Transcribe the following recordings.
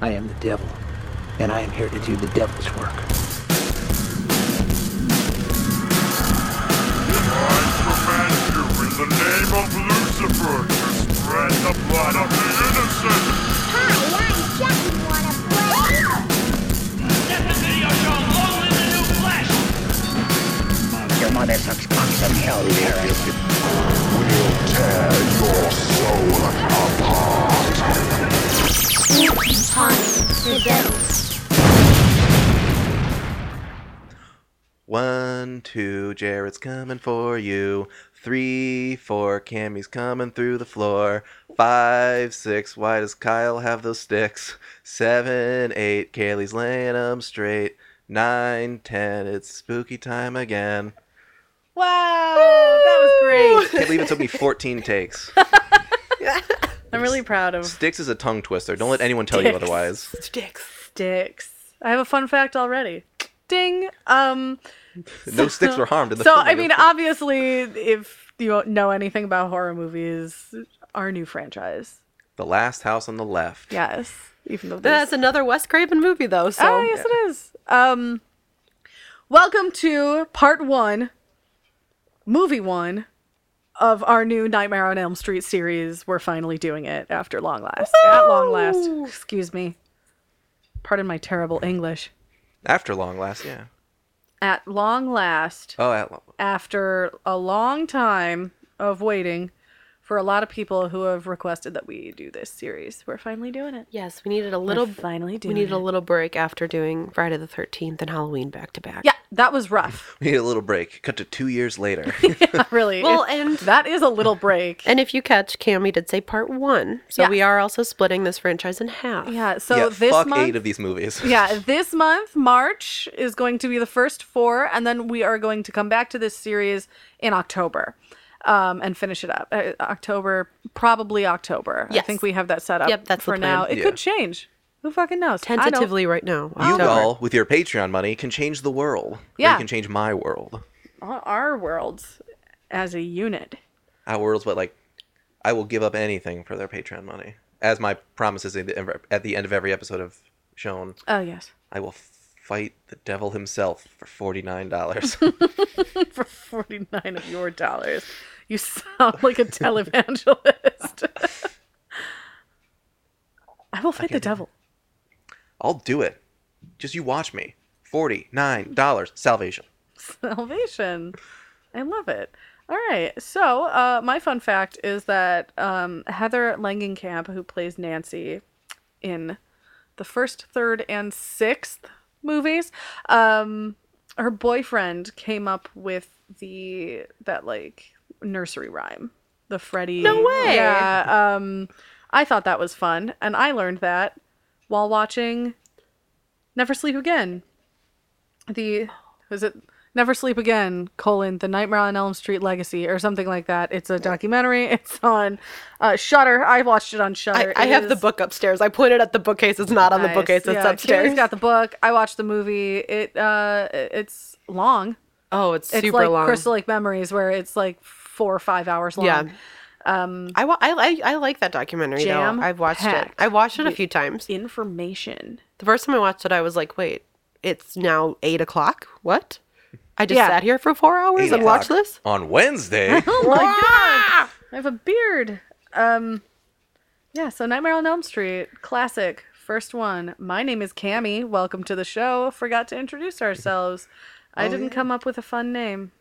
I am the devil, and I am here to do the devil's work. I command you in the name of Lucifer to spread the blood of the innocent. Deputy of your lonely new flesh! Your mother sucks cock from hell, One, two, Jared's coming for you. Three, four, Cammy's coming through the floor. Five, six, why does Kyle have those sticks? Seven, eight, Kaylee's laying 'em straight. Nine, ten, it's spooky time again. Wow, that was great. Can't believe it took me 14 takes. I'm really proud of Sticks is a tongue twister. Don't let anyone tell you Sticks. otherwise. sticks. I have a fun fact already. Ding. Um. No sticks were harmed in the so filming I of mean, obviously, if you know anything about horror movies, our new franchise. The Last House on the Left. Yes. Even though there's- That's another Wes Craven movie, though. So Ah, yes, it is. Um, welcome to part one, movie one of our new Nightmare on Elm Street series. We're finally doing it after long last. At long last, excuse me. Pardon my terrible English. After long last, yeah. At long last, Oh, at long. after a long time of waiting for a lot of people who have requested that we do this series, we're finally doing it. yes, we needed a We're little. finally doing We needed it. a little break after doing Friday the Thirteenth and Halloween back to back. yeah, that was rough. We need a little break. Cut to two years later. really. Well, It- and that is a little break. and if you catch, Cammy did say part one, so Yeah. we are also splitting this franchise in half. Yeah, so yeah, this fuck month eight of these movies. Yeah, this month March is going to be the first four and then we are going to come back to this series in October. Um, and finish it up. Uh, October, probably October. I Yes. think we have that set up. Yep, that's the for now. plan. It Yeah. could change. Who fucking knows? I don't- Tentatively, right now. You October. all, with your Patreon money, can change the world. Or Yeah. you can change my world. our worlds as a unit. Our world's what, like, I will give up anything for their Patreon money. As my promises at the ev- at the end of every episode have shown, Oh yes, I will fight the devil himself for $49. for forty nine of your dollars, you sound like a televangelist. I will fight the devil. I'll do it. Just you watch me. $49. Salvation. salvation. I love it. All right. So, uh, my fun fact is that um, Heather Langenkamp, who plays Nancy in the first, third, and sixth movies, um, her boyfriend came up with the that like nursery rhyme, the Freddy. No way! Yeah. Um, I thought that was fun, and I learned that while watching Never Sleep Again. The was it Never Sleep Again, colon, The Nightmare on Elm Street Legacy, or something like that. It's a documentary. It's on uh, Shutter. I watched it on I, Shutter. I have the book upstairs. I pointed at the bookcase. It's not on the bookcase. It's upstairs. Kira's got the book. I watched the movie. It uh, it's long. oh, it's It's super like long. Crystal Lake Memories, where it's like four or five hours long. Um, Yeah. I, wa- I, I, I like that documentary Jam though. I've watched it. packed I watched it a with- few times. Information. The first time I watched it, I was like, wait, it's now eight o'clock? What? I just Yeah. sat here for four hours Eight and watched o'clock this? On Wednesday? Oh my god! I have a beard. Um, yeah. So Nightmare on Elm Street, classic, first one. My name is Cammy. Welcome to the show. Forgot to introduce ourselves. Oh, I didn't come up with a fun name.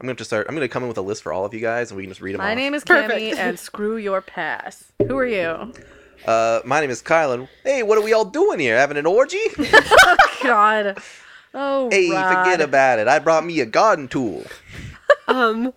I'm going to start. I'm going to come in with a list for all of you guys and we can just read them My name is Cammy, Perfect. and screw your pass. Who are you? Uh, my name is Kylan. Hey, what are we all doing here? Having an orgy? God. Oh, hey, Rod. forget about it. I brought me a garden tool. Um,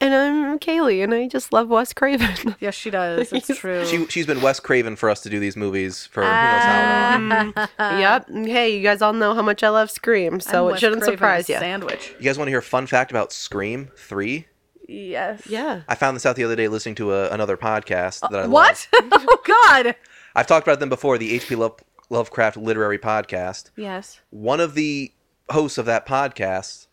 and I'm Kaylee, and I just love Wes Craven. Yes, she does. It's true. She she's been Wes Craven for us to do these movies for who knows how Ah. long. yep. Hey, you guys all know how much I love Scream, so I'm it Wes shouldn't Craven surprise you. Sandwich. You guys want to hear a fun fact about Scream Three? Yes. Yeah. I found this out the other day listening to a, another podcast that I love. Uh, What? oh God. I've talked about them before. The H.P. Love, Lovecraft Literary Podcast. Yes. One of the hosts of that podcast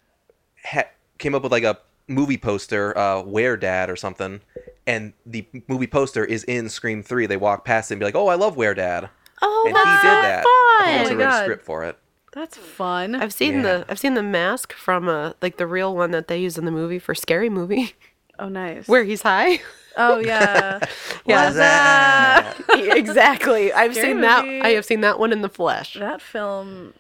ha- came up with like a movie poster, uh, "Where Dad" or something, and the movie poster is in Scream Three. They walk past it and be like, "Oh, I love Where Dad." Oh, and he did that's so that. fun. He also Oh my wrote God. a script for it. That's fun. I've seen Yeah. the I've seen the mask from uh like the real one that they use in the movie for Scary Movie oh, nice. where he's high. Oh yeah. Yeah. What's that? exactly. I've Scary seen that. Movie. I have seen that one in the flesh. that film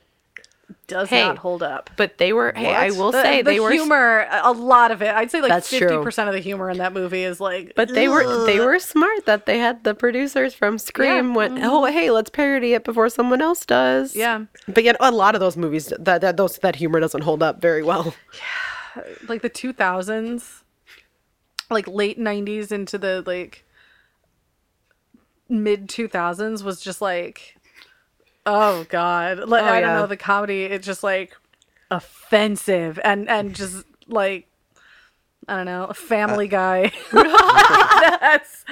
does Hey. not hold up. But they were. Hey, I What? will The, say the they were. humor, a lot of it. I'd say like That's true. fifty percent of the humor in that movie is like. But they were they "Ugh." were smart that they had the producers from Scream Yeah, Mm-hmm. went oh hey let's parody it before someone else does Yeah, but yet a lot of those movies that, that those that humor doesn't hold up very well like the two thousands, like late nineties into the like mid two thousands was just like, oh god, like Oh, I don't yeah. know the comedy. It's just like offensive and and just like. I don't know, Family Guy. that's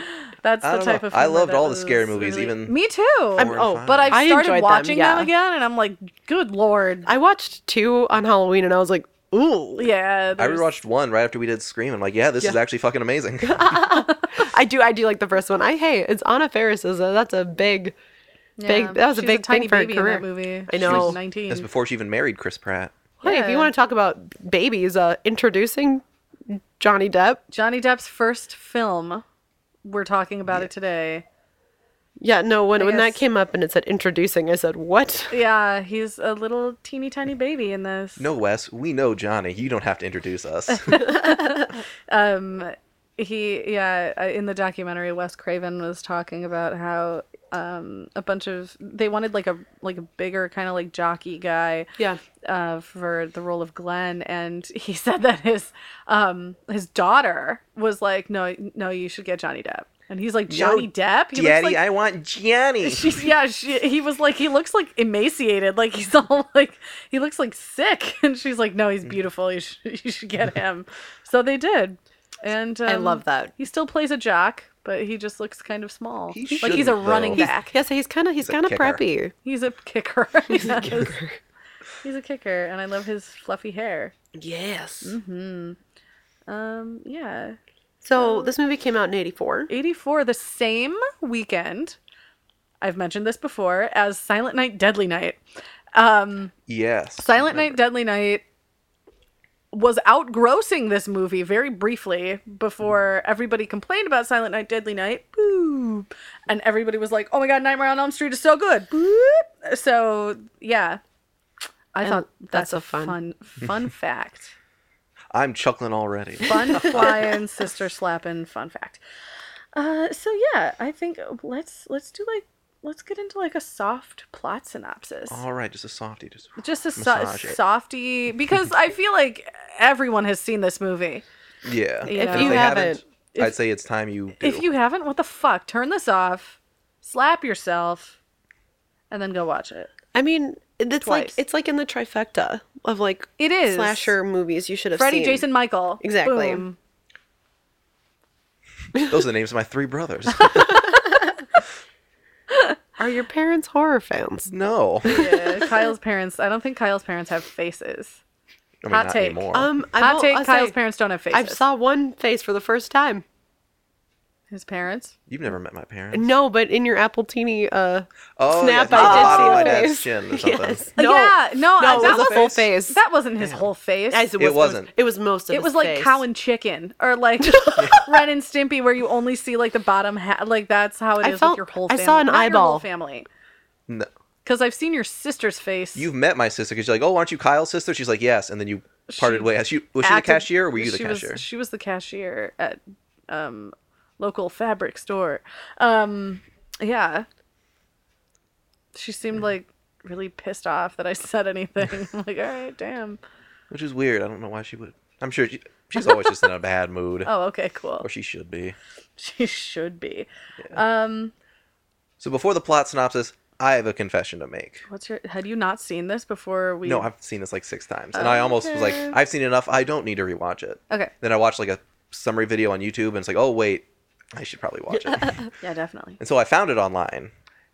that's I the don't type know. of. I humor loved that all the scary was movies, even me too. Four and oh, five. But I've I started enjoyed them, watching them, yeah. again, and I'm like, good lord. I watched two on Halloween and I was like ooh yeah. I there's- rewatched one right after we did Scream. I'm like, yeah, this is Yeah. actually fucking amazing. I do I do like the first one I hey it's Anna Ferris's uh, that's a big big- Yeah. that was a She's big tiny thing for her baby in that career. movie. I She know. was 19. That's before she even married Chris Pratt. hey if Yeah. you want to talk about babies uh introducing Johnny Depp Johnny Depp's first film. We're talking about it today. yeah no when I when guess- that came up and it said introducing I said what Yeah, he's a little teeny tiny baby in this. No, Wes, we know Johnny. You don't have to introduce us. Um, he yeah. uh, In the documentary, Wes Craven was talking about how um a bunch of they wanted like a like a bigger kind of like jockey guy. yeah uh, for the role of Glenn, and he said that his um, his daughter was like, "No, no, you should get Johnny Depp," and he's like, "Johnny Depp, he Daddy, looks like." I want Johnny. She's, yeah, she, he was like, he looks like emaciated, like he's all like, he looks like sick, and she's like, no, he's beautiful. You should, you should get him. So they did, and um, I love that He still plays a jock, but he just looks kind of small. He like he's a shouldn't, running though. back. Yes, he's kind of he's, a kind of kicker. preppy. He's a kicker. Yes. He's a kicker, and I love his fluffy hair. Yes. Um, yeah. So this movie came out in '84. 84, the same weekend, I've mentioned this before, as Silent Night, Deadly Night. Um, Yes. Silent Night, Deadly Night was outgrossing this movie very briefly before Mm. everybody complained about Silent Night, Deadly Night. Boo. And everybody was like, oh my God, Nightmare on Elm Street is so good. Boop. So, yeah. I And thought that's that's, a fun- fun, fun fact. I'm chuckling already. fun flying sister slapping fun fact uh so yeah i think let's let's do like let's get into like a soft plot synopsis All right, just a softie. Just just a so- massage it. softy because i feel like everyone has seen this movie yeah. you know. And If you they haven't- I'd say it's time you do. if you haven't what the fuck turn this off slap yourself and then go watch it I mean, it's like Twice. it's like in the trifecta of like it is slasher movies you should have freddy seen. jason michael Exactly. Boom. Those are the names of my three brothers. Are your parents horror fans? no. I mean, Yeah, kyle's parents i don't think kyle's parents have faces Hot not take. Um, anymore. Um, I hot will- take I'll kyle's say, parents don't have faces I saw one face for the first time. his parents You've never met my parents. No, but in your Appletini, uh, Oh, snap, yeah, the I did bottom see of a my face. dad's chin or something. yes. No, yeah, no, no, uh, that it was was a full face. That wasn't his whole face. As It wasn't. It was most of it was his like face. Cow and Chicken, or like Ren and Stimpy, where you only see like the bottom half. Like that's how it is I felt- with your whole. I family. saw an Not your whole eyeball. family, No. because I've seen your sister's face. You've met my sister because you're like, oh, aren't you Kyle's sister? She's like, yes. And then you parted She ways. She, was she the acted- cashier or were you the she cashier? Was, she was the cashier at um local fabric store. Um yeah. She Mm. seemed like really pissed off that I said anything. I'm like, all right, damn. Which is weird. I don't know why she would. I'm sure she, she's always just in a bad mood. Oh, okay, cool. Or she should be. She should be. Um, So before the plot synopsis, I have a confession to make. what's your? Had you not seen this before? We No, I've seen this like six times, and I almost was like, Okay. I've seen enough. I don't need to rewatch it. okay. Then I watched like a summary video on YouTube, and it's like, oh wait, I should probably watch it. Yeah, definitely. and so I found it online.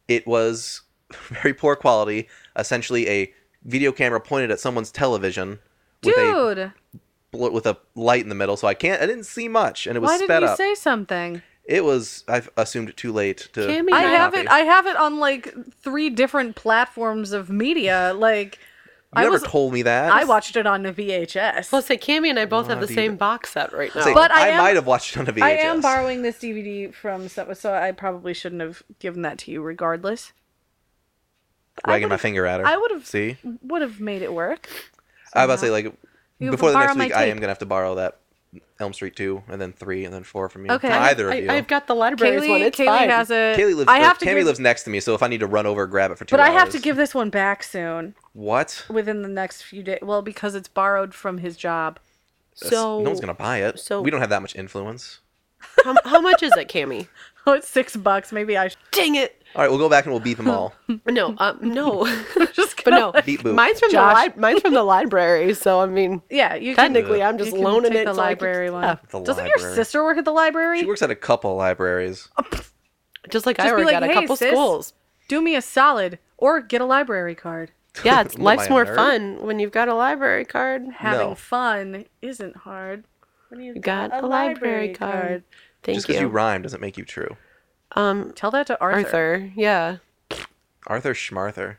It was very poor quality, essentially a video camera pointed at someone's television with a Dude, bl- with a light in the middle. So I can't. I didn't see much, and it was why sped didn't you up. say something? It was I assumed too late to. Cammy I Night. have it. copy. I have it on like three different platforms of media. Like, you I never was. told me that. I watched it on the VHS. Plus, say Cammy and I both have the Bloody- same box set right now. Say, But I, I am- might have watched it on a VHS. I am borrowing this DVD from so, so I probably shouldn't have given that to you. Regardless, Wagging my would've- finger at her. I would've- See, would have made it work. I was about to say like You before the borrow next my week, I am tape. gonna have to borrow that Elm Street two, and then three, and then four from you. Okay. From either of I, you. I've got the library's one. Kaylee, It's Kaylee fine. has it. Kaylee lives. I have or to Cammy give, lives next to me, so if I need to run over, grab it for two. but I have to hours- give this one back soon, What? within the next few days. Well, because it's borrowed from his job. That's- So, no one's gonna buy it. so- we don't have that much influence. how, how much is it, Cammy? Oh, it's six bucks. Maybe I should Dang it! All right, we'll go back and we'll beep them all. No, uh, um, no. just. but no, Beep boop. mine's from Josh. the li- mine's from the library. So I mean, Yeah, you can. technically, I'm you just can loaning take it. the till I can- library one. yeah. The Doesn't your library. sister Oh, work at the library? She works at a couple libraries. Just like I Just be work like, at a "Hey, couple sis." schools. Do me a solid or get a library card. Yeah, it's, Am I life's a more nerd? fun when you've got a library card. Having No. fun isn't hard. When you got a library card. Thank Just you. because you rhyme doesn't make you true. um, Tell that to Arthur. Arthur. Yeah. Arthur Schmarther.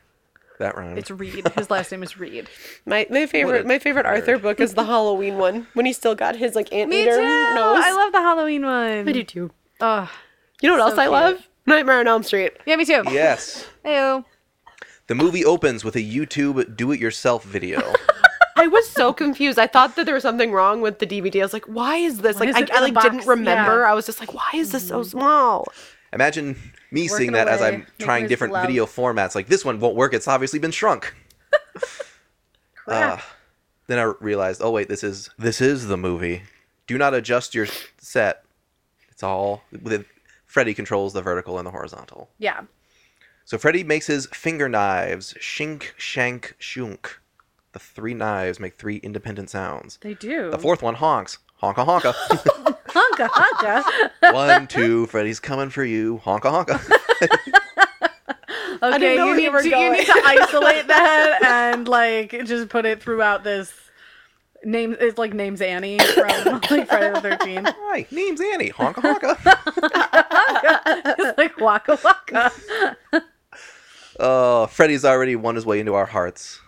That rhymes. It's Reed. His last name is Reed. My my favorite my favorite nerd. Arthur book is the Halloween one when he still got his like me anteater too. nose. I love the Halloween one. I do too. Ugh. You know what else I cute. love? Nightmare on Elm Street. yeah, me too. yes. Ew. The movie opens with a YouTube do-it-yourself video. I was so confused. I thought that there was something wrong with the DVD. I was like, why is this? Why like is I, it in I a like box? didn't remember. Yeah. Mm-hmm. I was just like, why is this so small? Imagine me Working seeing that as away, I'm making trying yours different loud. video formats. Like this one won't work. It's obviously been shrunk. Crap. Ah. then I realized, oh wait, this is this is the movie. Do not adjust your set. It's all with Freddy controls the vertical and the horizontal. Yeah. So Freddy makes his finger knives shink shank shunk. The three knives make three independent sounds. They do. The fourth one honks. Honka honka. Honka honka. one, two, Freddy's coming for you. Honka honka. Okay, you know where need, you were to, you going. need to isolate that and like just put it throughout this name. It's like names Annie from like Friday the Thirteenth. Hi, name's Annie. Honka honka. It's like waka waka. Oh, Freddy's already won his way into our hearts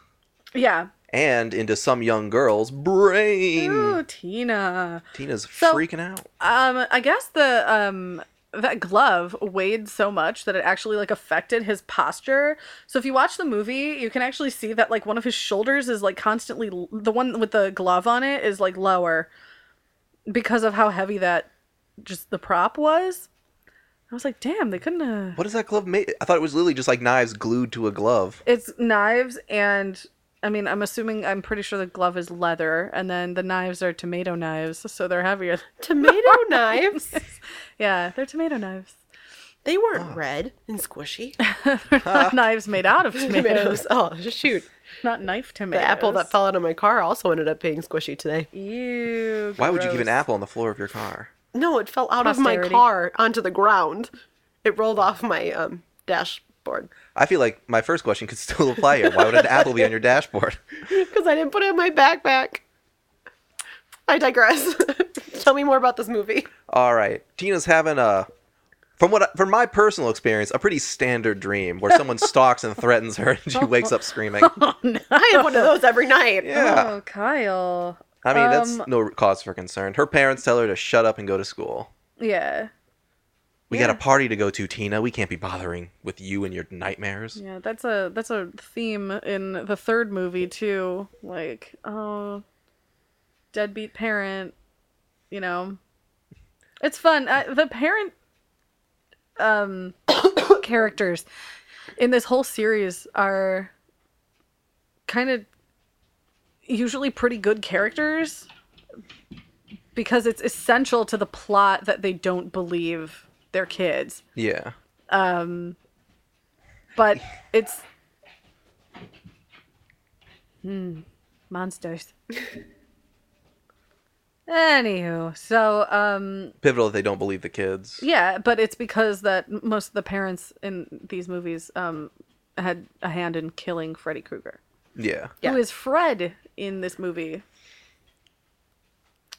Yeah. and into some young girl's brain. Ooh, Tina. Tina's Mm. So- freaking out. Um, I guess the um that glove weighed so much that it actually like affected his posture. So if you watch the movie, you can actually see that like one of his shoulders is like constantly l- the one with the glove on it is like lower because of how heavy that just the prop was. I was like, "Damn, they couldn't uh What is that glove made? I thought it was literally just like knives glued to a glove. It's knives and I mean, I'm assuming I'm pretty sure the glove is leather and then the knives are tomato knives, so they're heavier. Tomato knives. yeah, they're tomato knives. They weren't red and squishy. knives made out of tomatoes, Tomatoes. Oh shoot! not knife The tomatoes. apple that fell out of my car also ended up being squishy today. Ew. Why would you keep gross. an apple on the floor of your car? No, it fell out of my Posterity. car onto the ground. It rolled off my um, dashboard I feel like my first question could still apply here. Why would an apple be on your dashboard? because I didn't put it in my backpack. I digress. Tell me more about this movie. All right, Tina's having a, from what I- from my personal experience, a pretty standard dream where someone stalks and threatens her, and she wakes up screaming. I have one of those every night. Yeah, Oh, Kyle. I mean that's um, no cause for concern. Her parents tell her to shut up and go to school. Yeah. We got a party to go to, Tina. We can't be bothering with you and your nightmares. Yeah, that's a that's a theme in the third movie too. Like, oh, deadbeat parent. You know, it's fun. Uh, the parent um characters in this whole series are kind of usually pretty good characters because it's essential to the plot that they don't believe their kids yeah. but it's hmm, hmm, monsters. Anywho, so um Pivotal that they don't believe the kids. yeah, but it's because that m- most of the parents in these movies um had a hand in killing Freddy Krueger, Yeah. Yeah. who is Fred in this movie.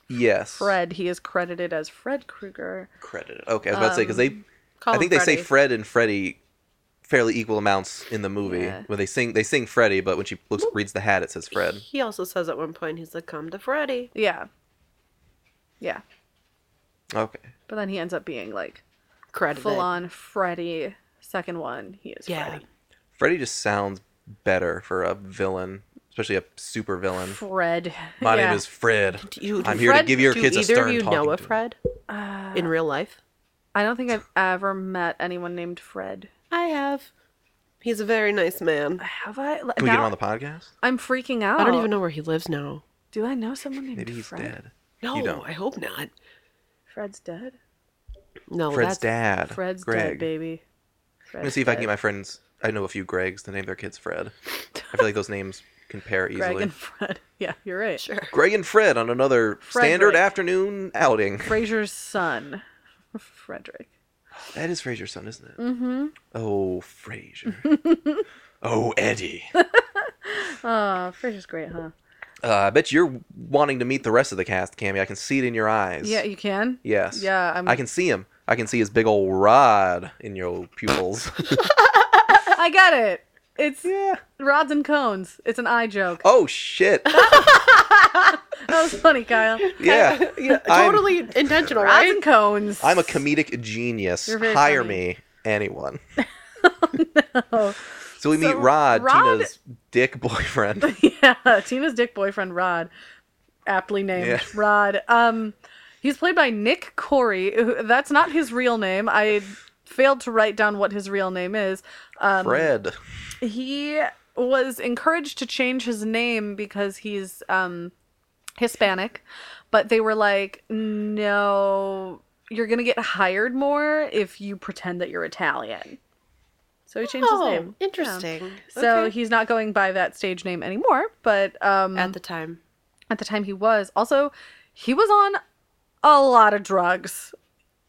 Yes. Fred. He is credited as Fred Krueger. Credited. Okay, I was about to say because they, Um, Call I him think they say Freddy. Fred and Freddy, fairly equal amounts in the movie. Yeah. When they sing, they sing Freddy, but when she looks reads the hat, it says Fred. He also says at one point, he's like, come to Freddy. Yeah. Yeah. Okay. But then he ends up being like Credited. full on Freddy. Second one, he is Yeah. Freddy. Freddy just sounds better for a villain, especially a super villain. Fred. My yeah. name is Fred. Do you- I'm do here Fred- to give your do kids a either stern of you talking know a to. Fred in real life? I don't think I've ever met anyone named Fred. I have. He's a very nice man. Oh. Have I? Can Can we get him on the podcast? I'm freaking out. I don't even know where he lives now. Do I know someone named Maybe he's Fred? dead. No, don't. I hope not. Fred's dead. No, Fred's Oh, that's dad. Fred's Greg. dead, baby. Let me see if I can get my friends. I know a few Gregs to name their kids Fred. I feel like those names compare easily. Greg and Fred. Yeah, you're right. sure. Greg and Fred on another standard Frederick. afternoon outing. Fraser's son, Frederick. That is Fraser's son, isn't it? Mm-hmm. Oh, Fraser. oh, Eddie. Uh, Oh, Fraser's great, huh? I bet you're wanting to meet the rest of the cast, Cammy. I can see it in your eyes. Yeah, you can. Yes. Yeah, I'm- I can see him. I can see his big old rod in your pupils. I got it. It's yeah. rods and cones. It's an eye joke. Oh shit. That was funny, Kyle. Yeah. Yeah, I'm- totally intentional, Rods right? and cones. I'm a comedic genius. You're very Hire funny. me, anyone. Oh. So we So meet Rod, Rod- Tina's dick boyfriend. yeah, Tina's dick boyfriend Rod, aptly named Yeah. Rod. Um, he's played by Nick Corey. who- That's not his real name. I failed to write down what his real name is. Um, Fred. He was encouraged to change his name because he's um, Hispanic, but they were like, no, you're gonna get hired more if you pretend that you're Italian. So he changed oh, his name. Yeah. interesting. So Okay. he's not going by that stage name anymore, but um, at the time, at the time he was. Also, he was on a lot of drugs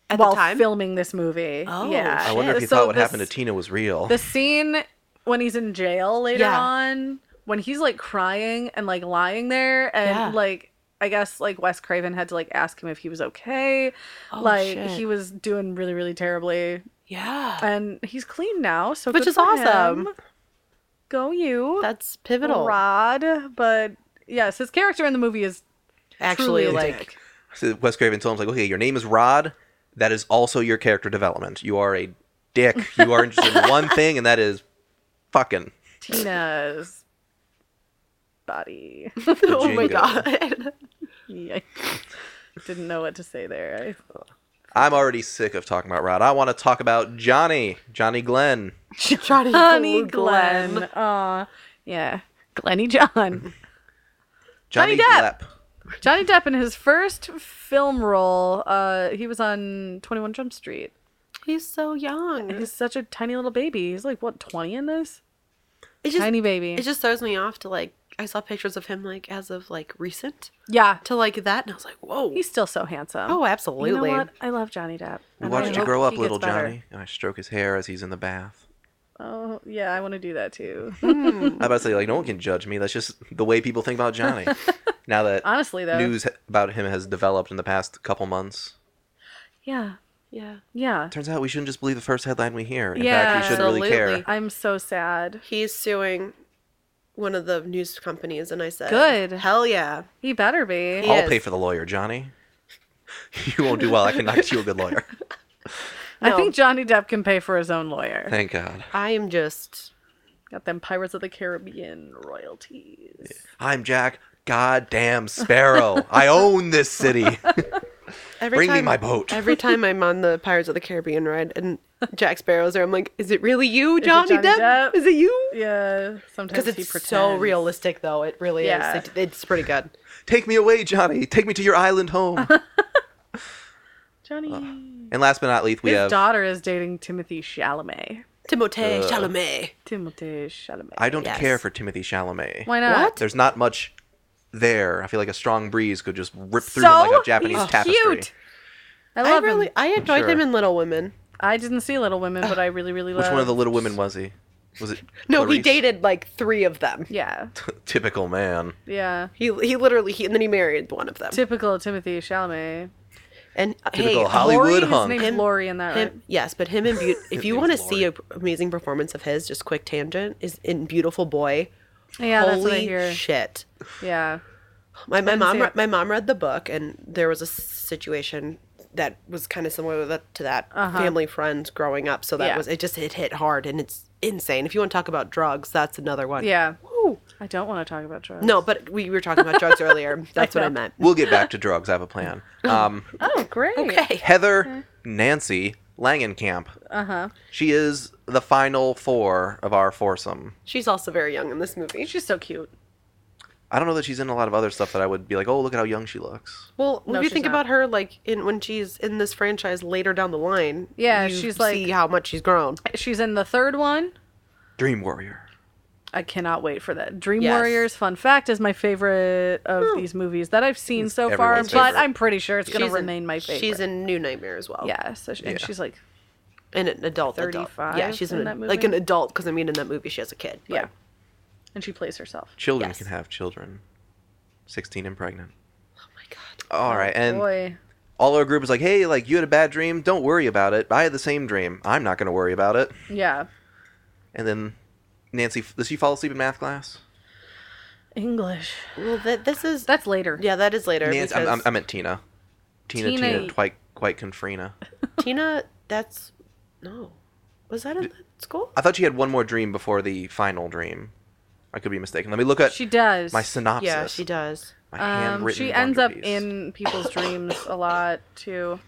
at while the time, filming this movie. Oh, yeah. I wonder if he So thought what this- happened to Tina was real. The scene when he's in jail later Yeah. on, when he's like crying and like lying there, and Yeah. like I guess like Wes Craven had to like ask him if he was okay. Oh, like shit. he was doing really really terribly, yeah, and he's clean now, so Which good is for awesome. him. Go you, that's pivotal. Rod. But yes, his character in the movie is truly Actually, a like dick. So Wes Craven told him, like, okay, your name is Rod. That is also your character development. You are a dick. You are interested in one thing, and that is fucking. Tina's body. oh Jingo. my god, I didn't know what to say there. I- I'm already sick of talking about Rod. I want to talk about Johnny. Johnny Glenn. Johnny, Johnny Blue Glenn. Aw. Yeah. Glenny John. Johnny, Johnny Depp. Glepp. Johnny Depp in his first film role, uh, he was on 21 Jump Street. He's so young. He's such a tiny little baby. He's like, what, 20 in this? it just tiny baby. it just throws me off to like I saw pictures of him like as of like recent yeah. to like that, and I was like, whoa. He's still so handsome. oh, absolutely. You know what? I love Johnny Depp. We And watched I you grow hope up, he little gets better. Johnny. And I stroke his hair as he's in the bath. Oh, yeah, I want to do that too. I'm about to say, like, no one can judge me. That's just the way people think about Johnny. now that Honestly, though. news about him has developed in the past couple months, Yeah. Yeah. Yeah. turns out we shouldn't just believe the first headline we hear. In Yeah, fact, we should really care. absolutely. I'm so sad. He's suing one of the news companies, and I said, Good. Hell yeah. He better be. Yeah. I'll Yes. pay for the lawyer, Johnny. you won't do well. I can knock you a good lawyer. I No. think Johnny Depp can pay for his own lawyer. Thank God. I am just. Got them Pirates of the Caribbean royalties. I'm Jack Goddamn Sparrow. I own this city. Every Bring me time, my boat. Every time I'm on the Pirates of the Caribbean ride and Jack Sparrow's there, I'm like, is it really you, it Johnny, Johnny Depp? Depp? Is it you? Yeah, sometimes Because he it's pretends. so realistic, though. It really Yeah. is. It, it's pretty good. Take me away, Johnny. Take me to your island home. Uh-huh. Johnny. and last but not least, we His have. daughter is dating Timothy Chalamet. Timothée Uh, Chalamet. Timothy Chalamet. I don't Yes. care for Timothy Chalamet. Why not? What? There's not much there. I feel like a strong breeze could just rip through So him like a Japanese he's tapestry. cute. I I love really, him. I enjoyed Sure. him in Little Women. I didn't see Little Women, but I really, really love. Which one of the Little Women was he? Was it? No, he Clarice? dated like three of them. Yeah. Typical man. Yeah. He he literally he and then he married one of them. Typical Timothy Chalamet. And uh, Typical hey, Hollywood Lori, hunk. His name's Him- Lori in that, right? Him, yes, but him and Beaut- if you name's want to see an amazing performance of his, just quick tangent is in Beautiful Boy. Yeah, Holy that's what I hear. shit! yeah. My my mom see re- it. my mom read the book, and there was a situation that was kind of similar to that, to that family friends growing up. So that Uh-huh. Yeah. was it. Just it hit hard, and it's insane. If you want to talk about drugs, that's another one. Yeah. Woo. I don't want to talk about drugs. No, but we were talking about drugs earlier. That's what I meant. We'll get back to drugs. I have a plan. Um, Oh, great. Okay. Uh-huh. Heather Nancy Langenkamp. Uh huh. She is the final four of our foursome. She's also very young in this movie. She's so cute. I don't know that she's in a lot of other stuff that I would be like, oh, look at how young she looks. Well, No, if you she's think not. about her, like in when she's in this franchise later down the line, Yeah, you she's like- see how much she's grown. She's in the third one. Dream Warrior. I cannot wait for that. Dream Yes. Warriors, fun fact, is my favorite of these movies that I've seen so far, everyone's but favorite. I'm pretty sure it's going to She's in- remain my favorite. She's in New Nightmare as well. Yeah, so she, and Yeah. she's like, and an adult. adult. 35 Yeah, she's in an, that like movie? an adult because I mean in that movie she has a kid. but- Oh yeah. And she plays herself. Children Yes. can have children. 16 and pregnant. Oh my god. All right. And Boy. all our group was like, hey, like, you had a bad dream. Don't worry about it. I had the same dream. I'm not going to worry about it. Yeah. And then Nancy, does she fall asleep in math class? English. Well, that this is That's later. yeah, that is later Nancy, I'm, because I'm, I meant Tina. Tina, Tina, Tina- Twike, Quite Confrina. Tina. That's no. Was that in that school? I thought she had one more dream before the final dream. I could be mistaken. Let me look at She does. my synopsis. Yeah, she does. My Um, handwritten she ends up wonder piece. in people's dreams a lot too.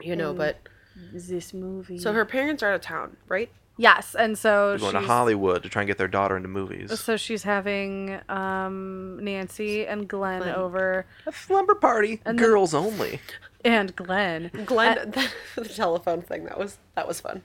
You know, Mm. but This movie. so her parents are out of town, right? yes, and so They're going she's, to Hollywood to try and get their daughter into movies. so she's having um, Nancy and Glenn, Glenn. over, A slumber party, And then- girls only. and Glenn. Glenn, Uh, the, telephone thing that was that was fun.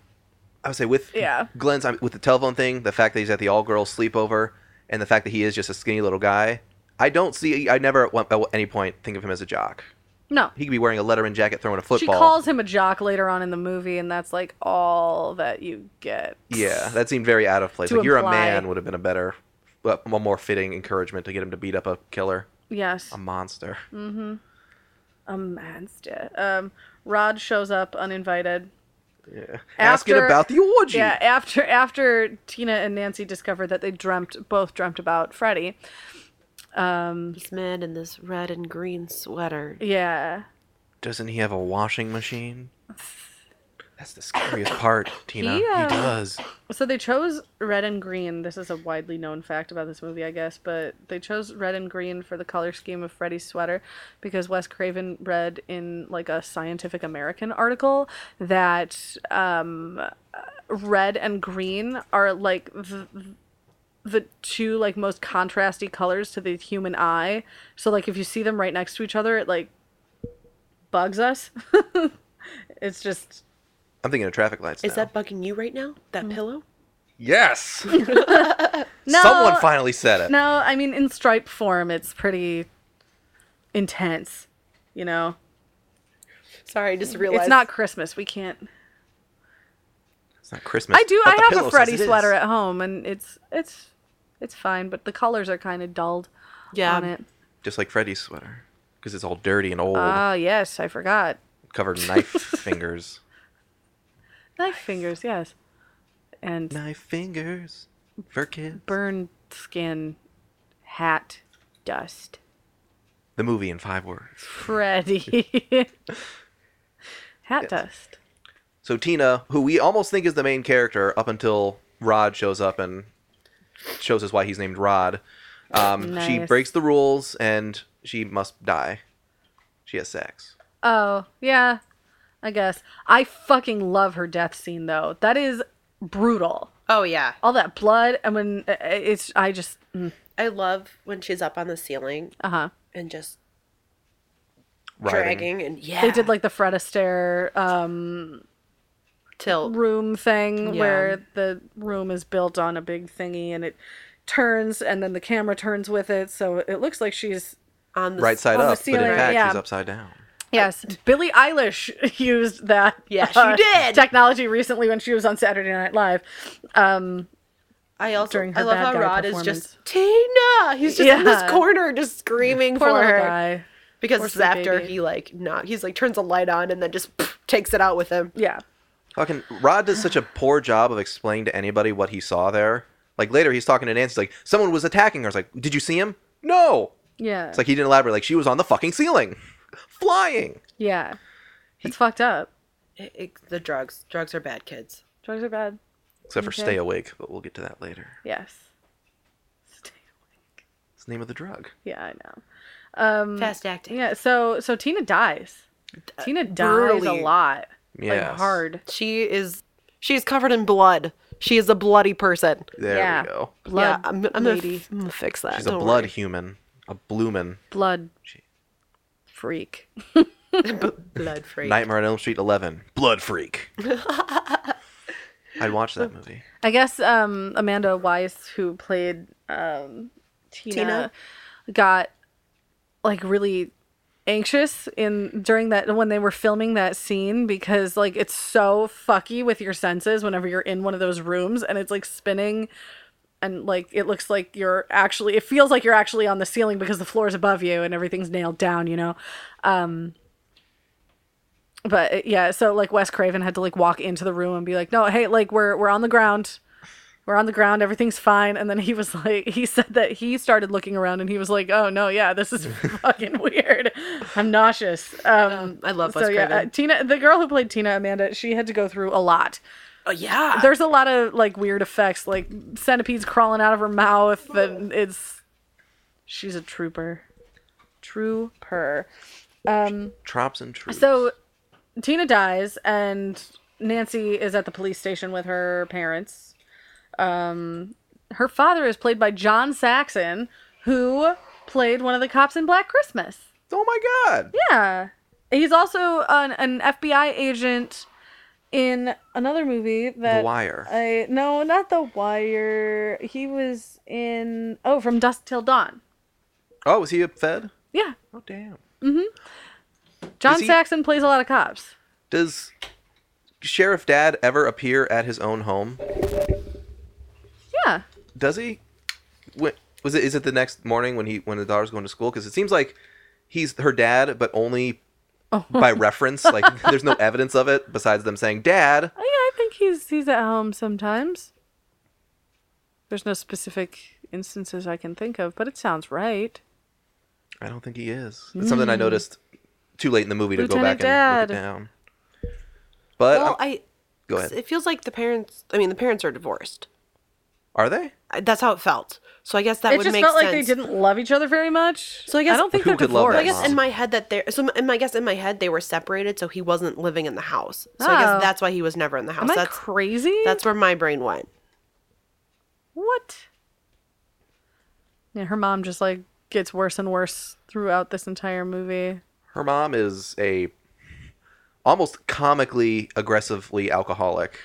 I would say with Yeah. Glenn's I'm- with the telephone thing, the fact that he's at the all girls sleepover, and the fact that he is just a skinny little guy. I don't see. I never at, one, at any point think of him as a jock. no, He could be wearing a Letterman jacket, throwing a football. she calls him a jock later on in the movie, and that's like all that you get. Yeah, that seemed very out of place. To Like you're a imply- man would have been a better, well, a more fitting encouragement to get him to beat up a killer, Yes, a monster. Mm. a monster. Um, Rod shows up uninvited. Yeah. Asking After- about the orgy. Yeah, after after Tina and Nancy discovered that they dreamt both dreamt about Freddie. This man in this red and green sweater. Yeah. Doesn't he have a washing machine? That's the scariest part, Tina. He, He, uh, does. So they chose red and green. This is a widely known fact about this movie, I guess, but they chose red and green for the color scheme of Freddy's sweater because Wes Craven read in like a Scientific American article that um, red and green are like the, the two like most contrasty colors to the human eye. So like if you see them right next to each other, it like bugs us. it's just I'm thinking of traffic lights. Is now. that bugging you right now? That Mm. pillow? yes? no. Someone finally said it. No, I mean in stripe form, it's pretty intense. You know, Sorry, I just realized it's not Christmas. We can't. It's not Christmas. I do. but the I have pillow a says Freddy it is. sweater at home, and it's it's it's fine, but the colors are kind of dulled yeah. on it. just like Freddy's sweater, because it's all dirty and old, Ah, yes, I forgot. covered in knife fingers. Knife fingers, yes, and Knife fingers for kids. burned skin, hat, dust, The movie in five words. Freddy, hat dust. So Tina, who we almost think is the main character up until Rod shows up and shows us why he's named Rod, um, she Nice. breaks the rules and she must die. She has sex. Oh, yeah. I guess. I fucking love her death scene though. That is brutal. Oh yeah. All that blood and when uh, it's I just mm, I love when she's up on the ceiling uh-huh. and just Writhing. dragging and yeah. They did like the Fred Astaire um tilt. room thing Yeah. where the room is built on a big thingy and it turns and then the camera turns with it so it looks like she's uh, on the Right side On the up, but in ceiling, fact yeah. she's upside down. Yes, Billie Eilish used that. uh, Yeah, she did. Technology recently when she was on Saturday Night Live. Um, I also During her I love bad how guy Rod is performance. just Tina. He's just in Yeah. this corner just screaming poor for little her guy. because Poor this is sweet after baby. he like not he's like turns a light on and then just pff, takes it out with him. Yeah, Fucking Rod does such a poor job of explaining to anybody what he saw there. Like later, he's talking to Nancy, like someone was attacking her. It's like, did you see him? No. yeah, It's like he didn't elaborate. Like she was on the fucking ceiling, flying. yeah. It's fucked up. It- it- the drugs, drugs are bad, kids. Drugs are bad. Except for Okay. stay awake, but we'll get to that later. Yes. It's the name of the drug. Yeah, I know. Um, Fast acting. Yeah, so so Tina dies. Tina dies brutally. a lot. Yes. Like hard. She is she's covered in blood. She is a bloody person. There Yeah. we go. Blood yeah, I'm, I'm, lady. Gonna, f- I'm gonna fix that. She's a don't blood worry. human, a bloomin. Blood She- freak. blood freak. Nightmare on Elm Street 11, blood freak. I'd watch that movie. I guess um, Amanda Weiss, who played um, Tina, Tina? got like really anxious in during that when they were filming that scene because like it's so fucky with your senses whenever you're in one of those rooms and it's like spinning and like it looks like you're actually it feels like you're actually on the ceiling because the floor's above you and everything's nailed down you know but uh, yeah so like wes craven had to like walk into the room and be like no hey like we're we're on the ground we're on the ground everything's fine and then he was like he said that he started looking around and he was like oh no yeah this is fucking weird i'm nauseous um I love so Wes yeah uh, Craven. tina the girl who played tina amanda she had to go through a lot Oh yeah. there's a lot of like weird effects like centipedes crawling out of her mouth and it's she's a trooper trooper Trops and Troops. so Tina dies, and Nancy is at the police station with her parents. Um, her father is played by John Saxon, who played one of the cops in Black Christmas. oh my god. Yeah. He's also an, an FBI agent in another movie that Wire. I no, not The Wire. He was in oh, from Dusk Till Dawn. Oh, was he a Fed? Yeah. Oh damn. John he- Saxon plays a lot of cops. Does Sheriff Dad ever appear at his own home? Yeah. Does he? Wh- Was it? Is it the next morning when he when the daughter's going to school? Because it seems like he's her dad, but only Oh. by reference. Like there's no evidence of it besides them saying "Dad." Oh, yeah, I think he's he's at home sometimes. There's no specific instances I can think of, but it sounds right. I don't think he is. It's something I noticed too late in the movie to go back Hmm. Lieutenant and Dad. look it down. But well, um, I go ahead. it feels like the parents. I mean, the parents are divorced. Are they? I- That's how it felt. So I guess that it would just make felt sense. like they didn't love each other very much. So I guess- I don't think Who they're could love divorced. that I guess mom? in my head that they're so. In my I guess in my head they were separated, so he wasn't living in the house. So I Oh. guess that's why he was never in the house. Am I that's crazy? that's where my brain went. what. Yeah, her mom just like gets worse and worse throughout this entire movie. Her mom is a almost comically aggressively alcoholic.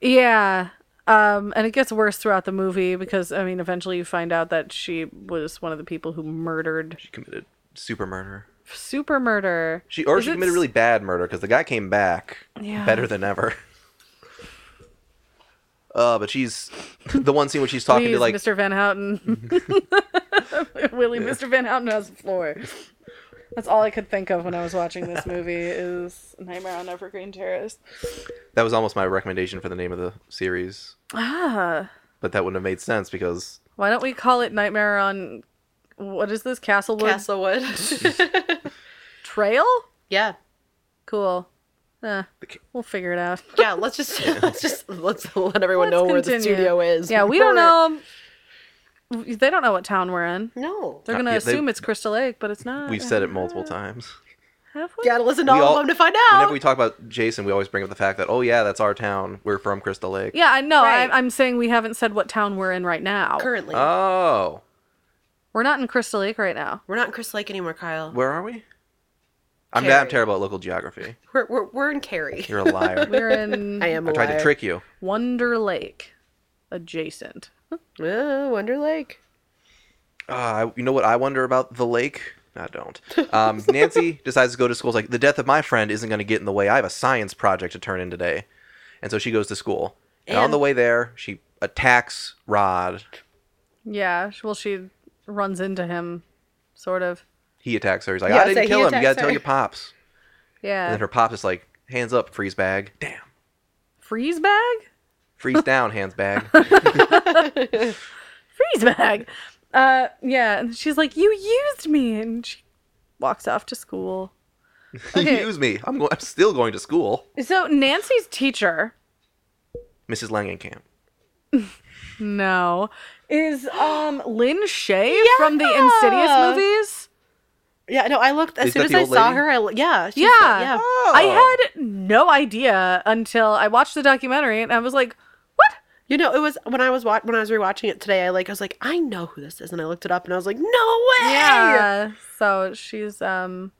Yeah. Um, and it gets worse throughout the movie because I mean, eventually you find out that she was one of the people who murdered She committed super murder. super murder. She or Is she it committed really bad murder because the guy came back Yeah. better than ever. Uh, but she's the one scene when she's talking Please, to like Mr. Van Houten. Willie, Mr. Van Houten has the floor. That's all I could think of when I was watching this movie is Nightmare on Evergreen Terrace. that was almost my recommendation for the name of the series, Ah, but that wouldn't have made sense because why don't we call it Nightmare on what is this Castlewood Castlewood. Trail? yeah, Cool. Eh, the ca- we'll figure it out. yeah. Let's just let's just let's let everyone Let's know where the continue. studio is. Yeah, we don't know. They don't know what town we're in. No, They're Uh, gonna yeah, they- assume it's Crystal Lake, but it's not. we've said it multiple Uh-huh. times. Have we? gotta listen to We all, all- of them to find out. Whenever we talk about Jason, we always bring up the fact that oh yeah, that's our town. We're from Crystal Lake. Yeah, I know. Right. I, I'm saying we haven't said what town we're in right now. Currently, Oh, We're not in Crystal Lake right now. we're not in Chris Lake anymore, Kyle. where are we? I'm, Carrie. I'm terrible at local geography. We're we're, we're in Cary. You're a liar. We're in I am. I a tried to liar. trick you. Wonder Lake, adjacent. Oh, Wonder Lake. Uh, you know what I wonder about the lake? I don't. Um, Nancy decides to go to school. It's like, the death of my friend isn't going to get in the way. I have a science project to turn in today. And so she goes to school. And, on And- the way there, she attacks Rod. Yeah. sh- Well, she runs into him, sort of. He attacks her. He's like, Yeah, I I was didn't like, kill he him. You got attacks to tell her. your pops. And Yeah. then her pops is like, hands up, freeze bag. Damn. Freeze bag? Freeze down, hands bag. Freeze bag. Uh, yeah. And she's like, You used me. And she walks off to school. Okay. Use me. I'm, go- I'm still going to school. So Nancy's teacher, Mrs. Langenkamp. no, is um Lynn Shay from the Insidious movies. Yeah, no, I looked as Is soon that as the I old saw lady? Ah. her. I, l- yeah, she's- Yeah. yeah. I had no idea until I watched the documentary and I was like, what? You know, it was when I was wa- when I was rewatching it today. I like I was like, I know who this is, and I looked it up, and I was like, no way. Yeah. So she's um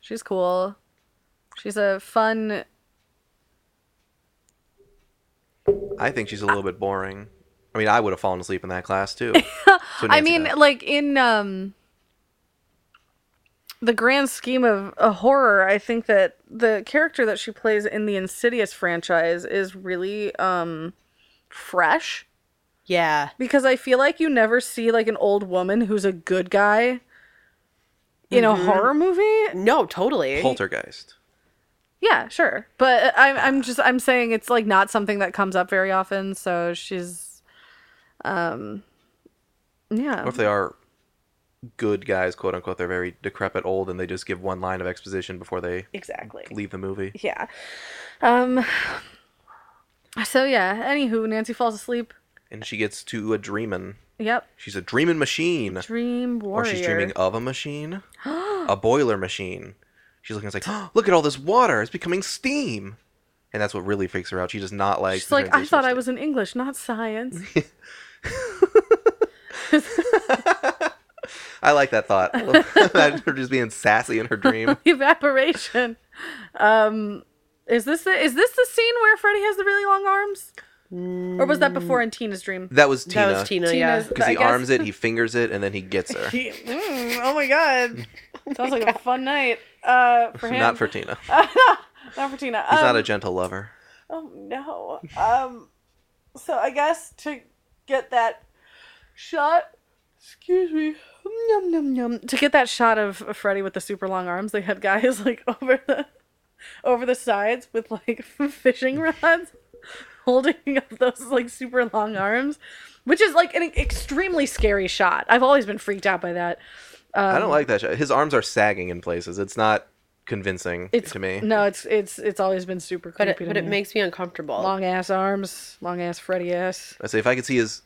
she's cool. She's a fun I think she's a little bit boring. I mean, I would have fallen asleep in that class too. So I Nancy mean, does. like in um the grand scheme of a horror, I think that the character that she plays in the Insidious franchise is really um fresh Yeah. because I feel like you never see like an old woman who's a good guy in a horror movie. No, totally. poltergeist. Yeah, sure, but uh, I'm Ah. I'm just I'm saying it's like not something that comes up very often. So she's, um, yeah. Or if they are good guys, quote unquote, they're very decrepit old and they just give one line of exposition before they Exactly. leave the movie. Yeah. Um. So yeah. Anywho, Nancy falls asleep. And she gets to a dreamin'. Yep. She's a dreamin' machine. Dream warrior. Or Oh, she's dreaming of a machine. a boiler machine. She's looking it's like, "Oh, look at all this water. It's becoming steam. And that's what really freaks her out. She does not like. She's the like, I transition thought I of was in English, not science. steam." I like that thought. I love- Imagine her just being sassy in her dream. Evaporation. Um. Is this the is this the scene where Freddy has the really long arms? Or was that Mm. before in Tina's dream? That was Tina. That was Tina. Yeah. Tina's- Because I he guess- arms it, he fingers it, and then he gets her. He- mm, oh my god. Sounds like a fun night. Uh, for him. Not for Tina. He's not for Tina. not Um, a gentle lover. Oh no. Um so I guess to get that shot excuse me. Yum yum yum. To get that shot of Freddy with the super long arms, they had guys like over the over the sides with like fishing rods holding up those like super long arms, which is like an extremely scary shot. I've always been freaked out by that. I Um, don't like that shot. His arms are sagging in places. It's not convincing It's to me. No, it's it's it's always been super But creepy it, to but it me. makes me uncomfortable. long ass arms, long ass Freddy ass. I say if I could see his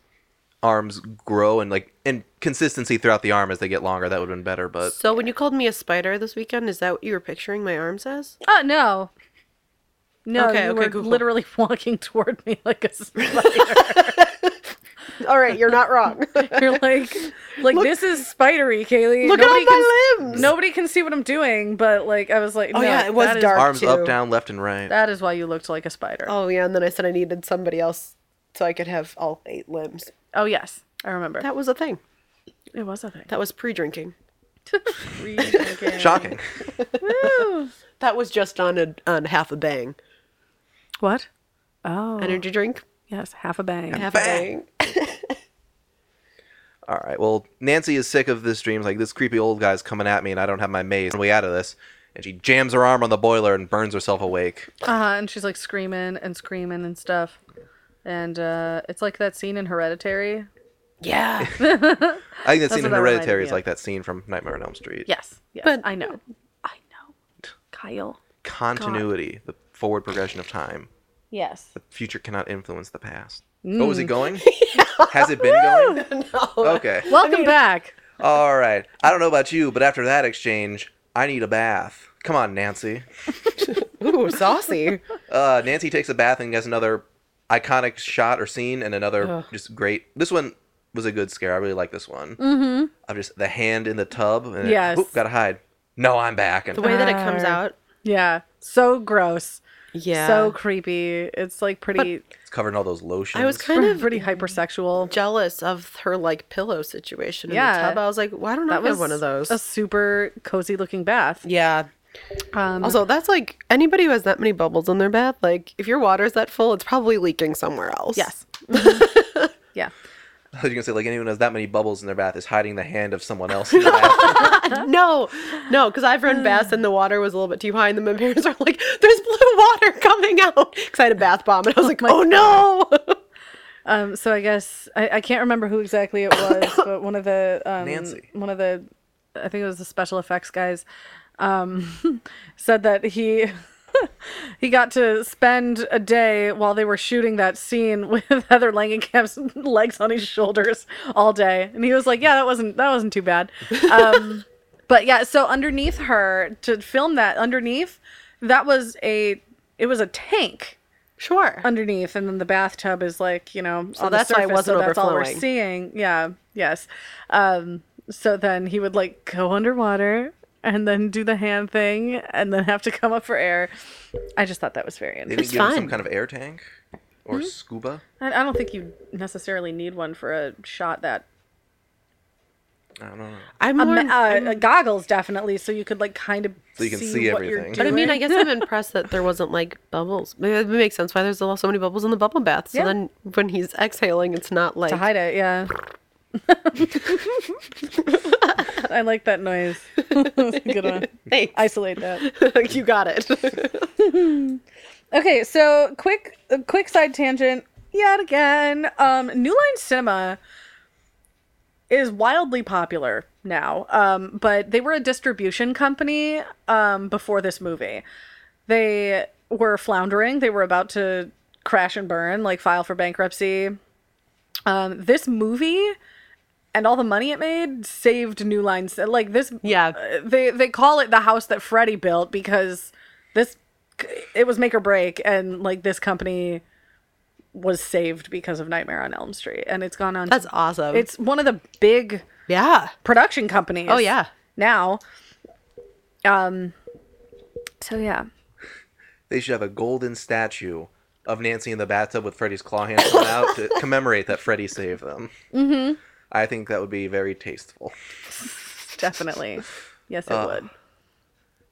arms grow and like and consistency throughout the arm as they get longer, that would have been better. But so when you called me a spider this weekend, is that what you were picturing my arms as? Oh no. No, Okay, you okay, were Google. literally walking toward me like a spider. All right, you're not wrong. You're like, like this is spidery, Kaylee. Look at all my can, limbs. Nobody can see what I'm doing, but like I was like, Oh, no, yeah, it was that is- dark. arms up, too. down, left, and right. that is why you looked like a spider. Oh, Oh yeah, and then I said I needed somebody else so I could have all eight limbs. Oh, yes, I remember. That was a thing. it was a thing. That was pre-drinking. Re- Shocking. That was just on a on half a bang what? Oh, energy drink. yes, half a bang. Half a Bang. bang. All right. Well, Nancy is sick of this dream. Like this creepy old guy's coming at me, and I don't have my maze. Way out of this. And she jams her arm on the boiler and burns herself awake. Uh-huh, and she's like screaming and screaming and stuff. And uh, it's like that scene in Hereditary. Yeah. I think that scene in what that reminded Hereditary me is of. like that scene from Nightmare on Elm Street. Yes, yes, But- I know, I know, Kyle. Continuity, the forward progression of time. Yes. future cannot influence the past. Oh, is it going? Has it been going? Oh. Okay. Welcome back. All right. I don't know about you, but after that exchange, I need a bath. Come on, Nancy. Ooh, saucy. Uh, Nancy takes a bath and gets another iconic shot or scene and another just great. This one was a good scare. I really like this one. Mm-hmm. I'm just the hand in the tub and Yes. oop, gotta hide. No, I'm back. And Uh, The way that it comes Arr. out. Yeah. So gross. Yeah. So creepy. It's like pretty It's covered in all those lotions. I was kind of pretty hypersexual. jealous of her like pillow situation in Yeah. the tub. I was like, well, I don't know That if I was have one of those. A super cozy looking bath. yeah. Um, Also, that's like anybody who has that many bubbles in their bath, like if your water's that full, it's probably leaking somewhere else. yes. Mhm. yeah. I was gonna say like anyone who has that many bubbles in their bath is hiding the hand of someone else. In the bath. No, no, because I've run baths and the water was a little bit too high, and then my parents are like, "There's blue water coming out." Because I had a bath bomb, and I was like, "Oh no!" Um, so I guess I, I can't remember who exactly it was, but one of the um, Nancy. one of the I think it was the special effects guys, um, said that he he got to spend a day while they were shooting that scene with Heather Langenkamp's legs on his shoulders all day, and he was like, "Yeah, that wasn't that wasn't too bad." Um, but yeah, so underneath her to film that underneath, that was a it was a tank Sure. underneath and then the bathtub is like you know so on that's the why it surface, so wasn't that's all we're overflowing. seeing yeah yes um so then he would like go underwater and then do the hand thing and then have to come up for air i just thought that was very They didn't interesting give him some fine. kind of air tank or Hmm? scuba. i I don't think you necessarily need one for a shot that I don't know. I'm a more, ma- uh, uh, goggles definitely so you could like kind of So you can see what you're everything. but I mean, I doing. guess I'm impressed that there wasn't like bubbles. Maybe It makes sense why there's so many bubbles in the bubble bath. So Yeah. then when he's exhaling, it's not like to hide it yeah i like that noise That's a good one Hey, isolate that you got it. Okay, so quick, uh, quick side tangent yet again. Um, New Line Cinema is wildly popular now, um, but they were a distribution company um, before this movie. They were floundering. They were about to crash and burn, like file for bankruptcy. Um, this movie and all the money it made saved New Line. Cin- Like this, uh, yeah. they they call it the house that Freddy built because this it was make or break and like this company was saved because of Nightmare on Elm Street and it's gone on That's awesome. it's one of the big yeah. production companies Oh yeah. now um so yeah They should have a golden statue of Nancy in the bathtub with Freddy's claw hand coming out to commemorate that Freddy saved them. Mm-hmm. I think that would be very tasteful. definitely yes it Uh. would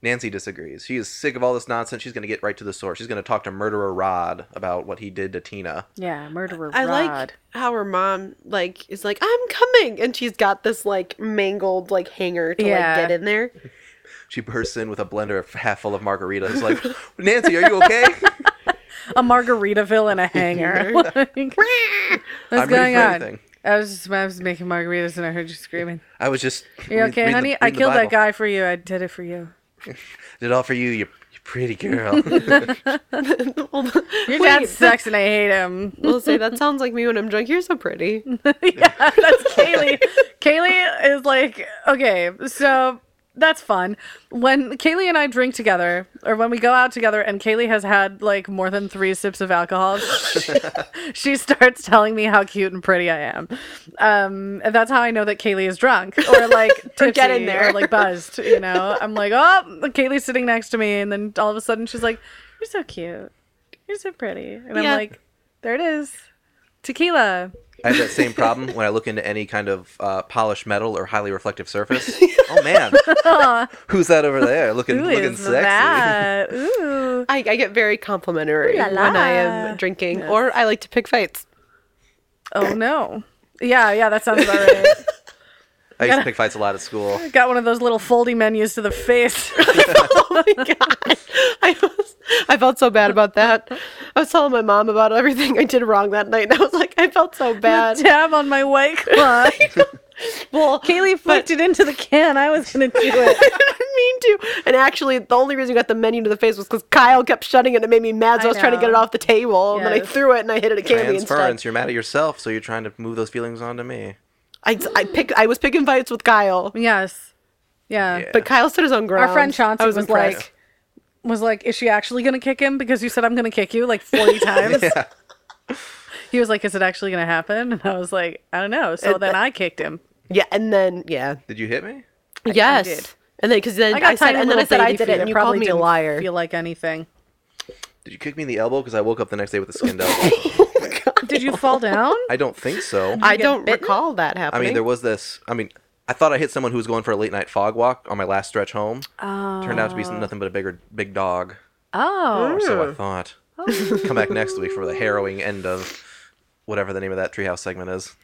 Nancy disagrees. She is sick of all this nonsense. She's going to get right to the source. She's going to talk to murderer Rod about what he did to Tina. yeah murderer I Rod. like how her mom like is like I'm coming, and she's got this like mangled like hanger to Yeah. like get in there. She bursts in with a blender f- half full of margaritas. Like, Nancy, are you okay? a margaritaville and a hanger Like, what's I'm ready going for on anything. I was just I was making margaritas and I heard you screaming I was just. you read- okay reading the- honey I reading the killed that Bible. guy for you I did it for you Did it all for you, you, you pretty girl. Well, Your wait, dad sucks and I hate him. We'll say that sounds like me when I'm drunk. You're so pretty. yeah, that's Kaylee. Kaylee is like, okay, so that's fun. When Kaylee and I drink together, or when we go out together, and Kaylee has had like more than three sips of alcohol, she starts telling me how cute and pretty I am. Um, and that's how I know that Kaylee is drunk or like tipsy Get in there. or like buzzed. You know, I'm like, oh, Kaylee's sitting next to me, and then all of a sudden she's like, "You're so cute. You're so pretty," and Yeah. I'm like, "There it is, tequila." I have that same problem when I look into any kind of uh, polished metal or highly reflective surface. Oh man, who's that over there looking Ooh, looking is sexy? that? Ooh, I, I get very complimentary Ooh la when I la. am drinking, or I like to pick fights. oh no. Yeah, yeah, that sounds about right. I used to pick fights a lot at school. Got one of those little foldy menus to the face. oh my god, I was, I felt so bad about that. I was telling my mom about everything I did wrong that night, and I was like, I felt so bad. Tab on my white claw. Well, Kaylee flicked it into the can. I was gonna do it. I didn't mean to. And actually, the only reason you got the menu to the face was because Kyle kept shutting it and it made me mad. So I I, was trying to get it know. off the table. And then I Yes. threw it and I hit it at Kaylee Transference. instead. You're mad at yourself, so you're trying to move those feelings onto me. I, I, pick, I was picking fights with Kyle. Yes. Yeah. Yeah. But Kyle stood his own ground. Our friend Chauncey I was, impressed. like, was like, is she actually gonna kick him? Because you said I'm gonna kick you like 40 times. Yeah. He was like, is it actually gonna happen? And I was like, I don't know. So then I kicked him. Yeah. And then, yeah. Did you hit me? yes. did. And then, because then I I, got said, tiny and then I little said I baby did feet. it and you called probably me a didn't liar. Feel like anything. Did you kick me in the elbow? Because I woke up the next day with a skinned elbow. Did you fall down? I don't think so. I get don't bitten? recall that I happening. mean, there was this. I mean, I thought I hit someone who was going for a late night fog walk on my last stretch home. Turned out to be nothing but a bigger big dog, Oh. or so I thought. Come back next week for the harrowing end of whatever the name of that treehouse segment is.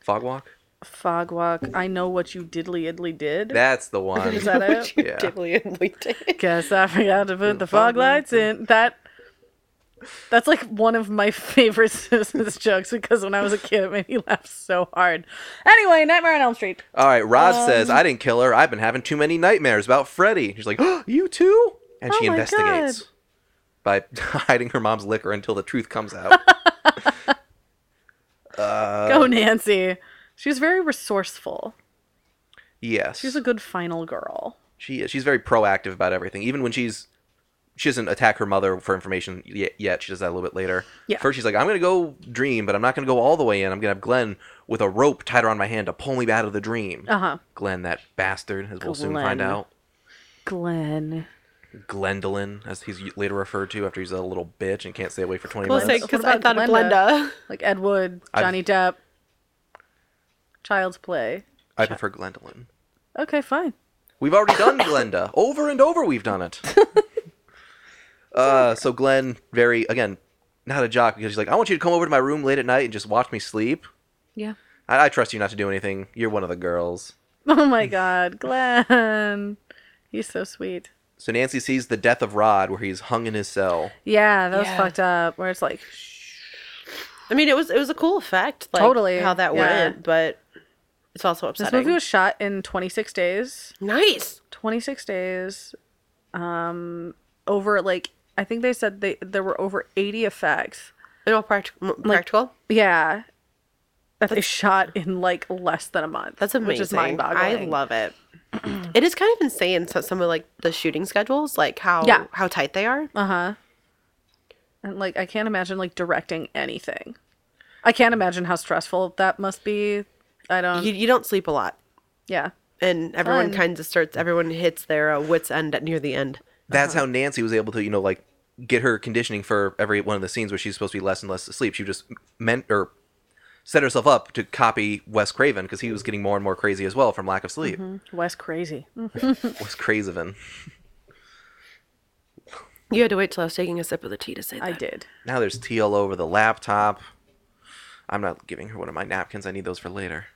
fog walk. Fog walk. I know what you diddly idly did. That's the one. Is that it? You Yeah. diddly and we did. Guess I forgot to put the fog lights in. That that's like one of my favorite Simpsons jokes because when I was a kid, it made me laugh so hard. Anyway, Nightmare on Elm Street. All right, Roz Um, says, I didn't kill her. I've been having too many nightmares about Freddy. She's like, oh, You too? And she Oh my investigates by hiding her mom's liquor until the truth comes out. Go Nancy. She's very resourceful. yes. She's a good final girl. she is. She's very proactive about everything. Even when she's. She doesn't attack her mother for information yet. yet. She does that a little bit later. Yeah. First, she's like, I'm going to go dream, but I'm not going to go all the way in. I'm going to have Glenn with a rope tied around my hand to pull me out of the dream. Uh huh. Glenn, that bastard, as we'll soon Glenn. find out. Glenn. Glendolin, as he's later referred to after he's a little bitch and can't stay away for 20 Well, minutes. say because I about thought of Glenda? Glenda. Like Ed Wood, I've- Johnny Depp, Child's Play. I prefer Glendolin. Okay, fine. We've already done Glenda. Over and over we've done it. uh, so Glenn, very, again, not a jock because she's like, I want you to come over to my room late at night and just watch me sleep. Yeah. I, I trust you not to do anything. You're one of the girls. Oh my God, Glenn. He's so sweet. So Nancy sees the death of Rod where he's hung in his cell. Yeah, that was Yeah. fucked up. Where it's like, I mean, it was it was a cool effect. Like, Totally, how that yeah. went, but it's also This upsetting. movie was shot in 26 days. nice. 26 days. Um, over like I think they said they there were over 80 effects. And all practic- m- practical. Yeah, that they shot in like less than a month. That's amazing. Which is mind boggling. I love it. it is kind of insane. So some of like the shooting schedules, like how Yeah. how tight they are. Uh huh. And like I can't imagine like directing anything. I can't imagine how stressful that must be. I don't. You, you don't sleep a lot, yeah. and everyone Fun. kind of starts. Everyone hits their uh, wits end at near the end. That's how Nancy was able to, you know, like get her conditioning for every one of the scenes where she's supposed to be less and less asleep. She just meant or set herself up to copy Wes Craven because he was getting more and more crazy as well from lack of sleep. Wes crazy. Wes Craven. You had to wait till I was taking a sip of the tea to say that. I did. Now there's tea all over the laptop. I'm not giving her one of my napkins. I need those for later.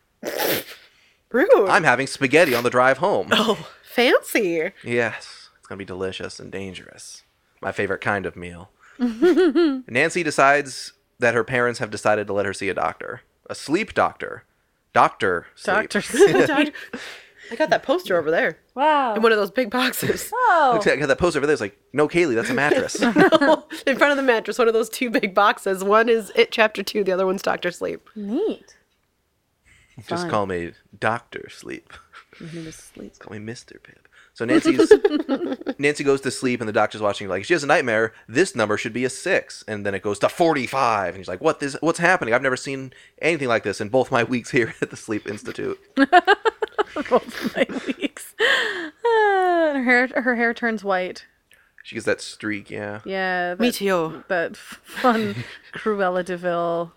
Rude. I'm having spaghetti on the drive home. oh, fancy. Yes, it's going to be delicious and dangerous. My favorite kind of meal. Nancy decides that her parents have decided to let her see a doctor, a sleep doctor. Doctor. Sleep. Doctor. I got that poster over there wow. in one of those big boxes. Oh. Looks at that poster over there. It's like, no, Kaylee, that's a mattress. in front of the mattress, one of those two big boxes. One is it chapter two, the other one's Doctor Sleep. Neat. Just Fine. call me Doctor Sleep. He was asleep. Call me Mr. Pip. So Nancy's Nancy goes to sleep and the doctor's watching like she has a nightmare. This number should be a 6 and then it goes to 45 and he's like, "What this what's happening? I've never seen anything like this in both my weeks here at the Sleep Institute." Both my weeks. Ah, her hair, her hair turns white. She gets that streak, yeah. Yeah. That, Me too. That f- fun Cruella Deville.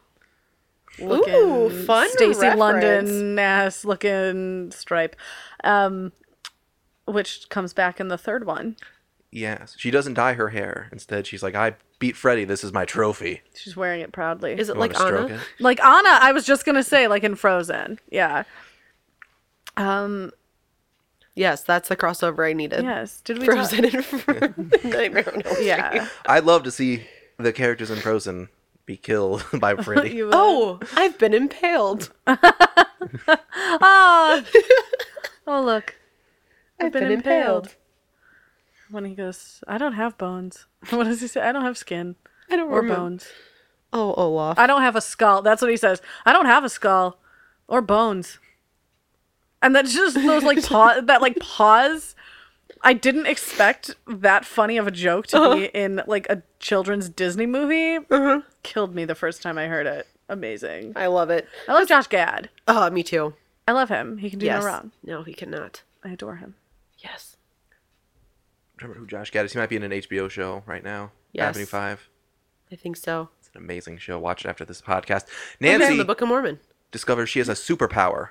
Looking Ooh, fun Stacy reference. London ass looking stripe, um, which comes back in the third one. Yes. She doesn't dye her hair. Instead, she's like, "I beat Freddy. This is my trophy." She's wearing it proudly. Is it You wanna like Anna? stroke it? like Anna, I was just gonna say, like in Frozen. Yeah. Um. Yes, that's the crossover I needed. Yes. Did we? talk- Frozen and Frozen. Nightmare on Elm Street. Yeah. I'd love to see the characters in Frozen be killed by Freddy. You, uh, Oh, I've been impaled. Ah! oh, look. I've been, impaled. When he goes, I don't have bones. What does he say? I don't have skin I don't or remember. bones. Oh, Olaf. I don't have a skull. That's what he says. I don't have a skull or bones. And that's just those like pause. That like pause. I didn't expect that funny of a joke to be in like a children's Disney movie. Killed me the first time I heard it. Amazing. I love it. Uh-huh. I love Josh Gad. Oh, me too. I love him. He can do yes. no wrong. No, he cannot. I adore him. Yes. Remember who Josh Gad is? He might be in an HBO show right now. Yes. Avenue Five. I think so. It's an amazing show. Watch it after this podcast. And Nancy the Book of Mormon. discovers she has a superpower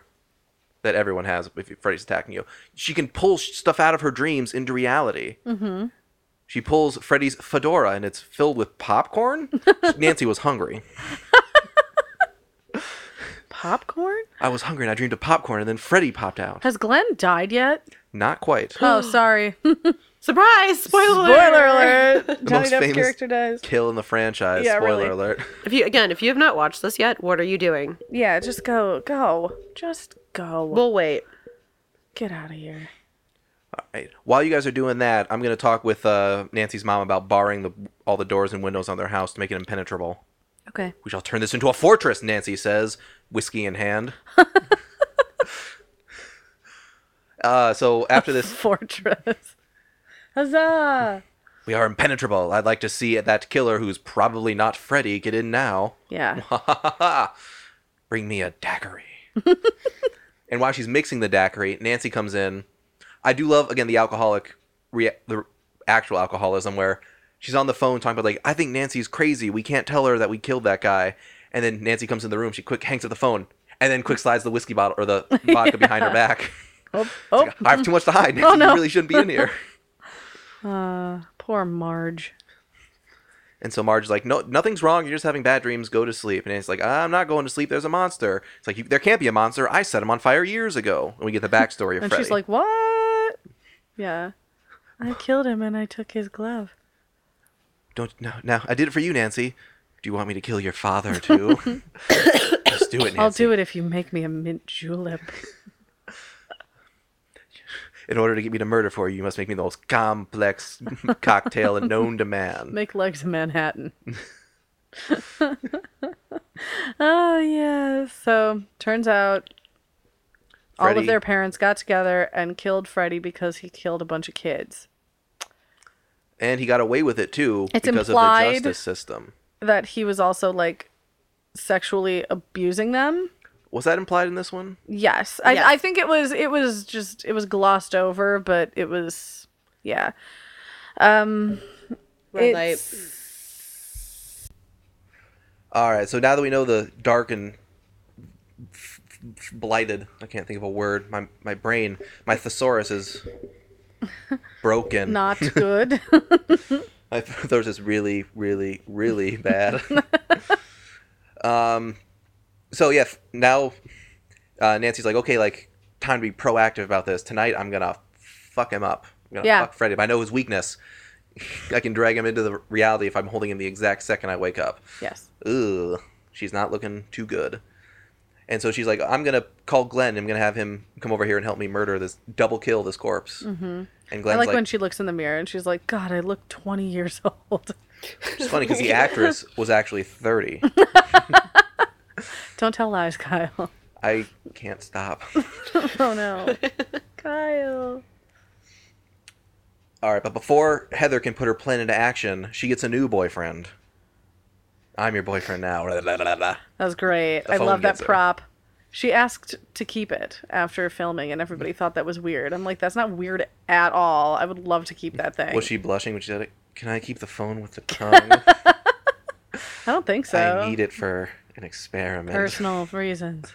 that everyone has if Freddy's attacking you. She can pull sh- stuff out of her dreams into reality. Mm-hmm. She pulls Freddy's fedora and it's filled with popcorn. Nancy was hungry. Popcorn? I was hungry and I dreamed of popcorn and then Freddy popped out. Has Glenn died yet? Not quite. Oh, sorry. Surprise! Spoiler, Spoiler alert. Johnny most Depp's famous- character dies. Kill in the franchise. Yeah, Spoiler really. alert. If you again, if you have not watched this yet, what are you doing? Yeah, just go, go, just go. We'll wait. Get out of here. Right. While you guys are doing that, I'm gonna talk with uh, Nancy's mom about barring the, all the doors and windows on their house to make it impenetrable. Okay. We shall turn this into a fortress, Nancy says, whiskey in hand. uh, so after this, Fortress. Huzzah! we are impenetrable. I'd like to see that killer who's probably not Freddy get in now. Yeah. Bring me a daiquiri. and while she's mixing the daiquiri, Nancy comes in. I do love again the alcoholic, rea- the actual alcoholism where she's on the phone talking about like I think Nancy's crazy. We can't tell her that we killed that guy. And then Nancy comes in the room. She quick hangs up the phone and then quick slides the whiskey bottle or the vodka behind her back. Oh, oh I have too much to hide. Nancy, no. you really shouldn't be in here. poor Marge. And so Marge's like, no, nothing's wrong. You're just having bad dreams. Go to sleep. And it's like, I'm not going to sleep. There's a monster. It's like, you, there can't be a monster. I set him on fire years ago. And we get the backstory of And Freddy. she's like, what? Yeah. I killed him and I took his glove. don't no, no. I did it for you, Nancy. Do you want me to kill your father too? Just do it, Nancy. I'll do it if you make me a mint julep. In order to get me to murder for you, you must make me the most complex cocktail known to man. Make legs of Manhattan. oh yeah. So turns out all Freddy- of their parents got together and killed Freddy because he killed a bunch of kids. And he got away with it too It's because of implied- the justice system. That he was also like sexually abusing them. Was that implied in this one? Yes. I, Yes. I think it was it was just it was glossed over, but it was yeah. Um Red it's- light. All right. So now that we know the dark and f- f- blighted, I can't think of a word. My my brain, my thesaurus is broken. not good. My thesaurus is really, really, really bad. um. So yeah, f- now uh, Nancy's like, okay, like time to be proactive about this. Tonight, I'm gonna fuck him up. I'm gonna Yeah. fuck Freddy. If I know his weakness, I can drag him into the reality if I'm holding him the exact second I wake up yes. ugh, she's not looking too good. And so she's like, I'm going to call Glenn. I'm going to have him come over here and help me murder this, double kill this corpse. Mm-hmm. And I Glenn's like, like, when she looks in the mirror and she's like, God, I look twenty years old. it's funny because the actress was actually 30. Don't tell lies, Kyle. I can't stop. Oh no. Kyle. All right, but before Heather can put her plan into action, she gets a new boyfriend. I'm your boyfriend now. La, la, la, la, la. That was great. The I phone love that gets her. prop. She asked to keep it after filming and everybody thought that was weird. I'm like, that's not weird at all. I would love to keep that thing. Was she blushing when she said it? Can I keep the phone with the tongue? I don't think so. I need it for an experiment. personal reasons.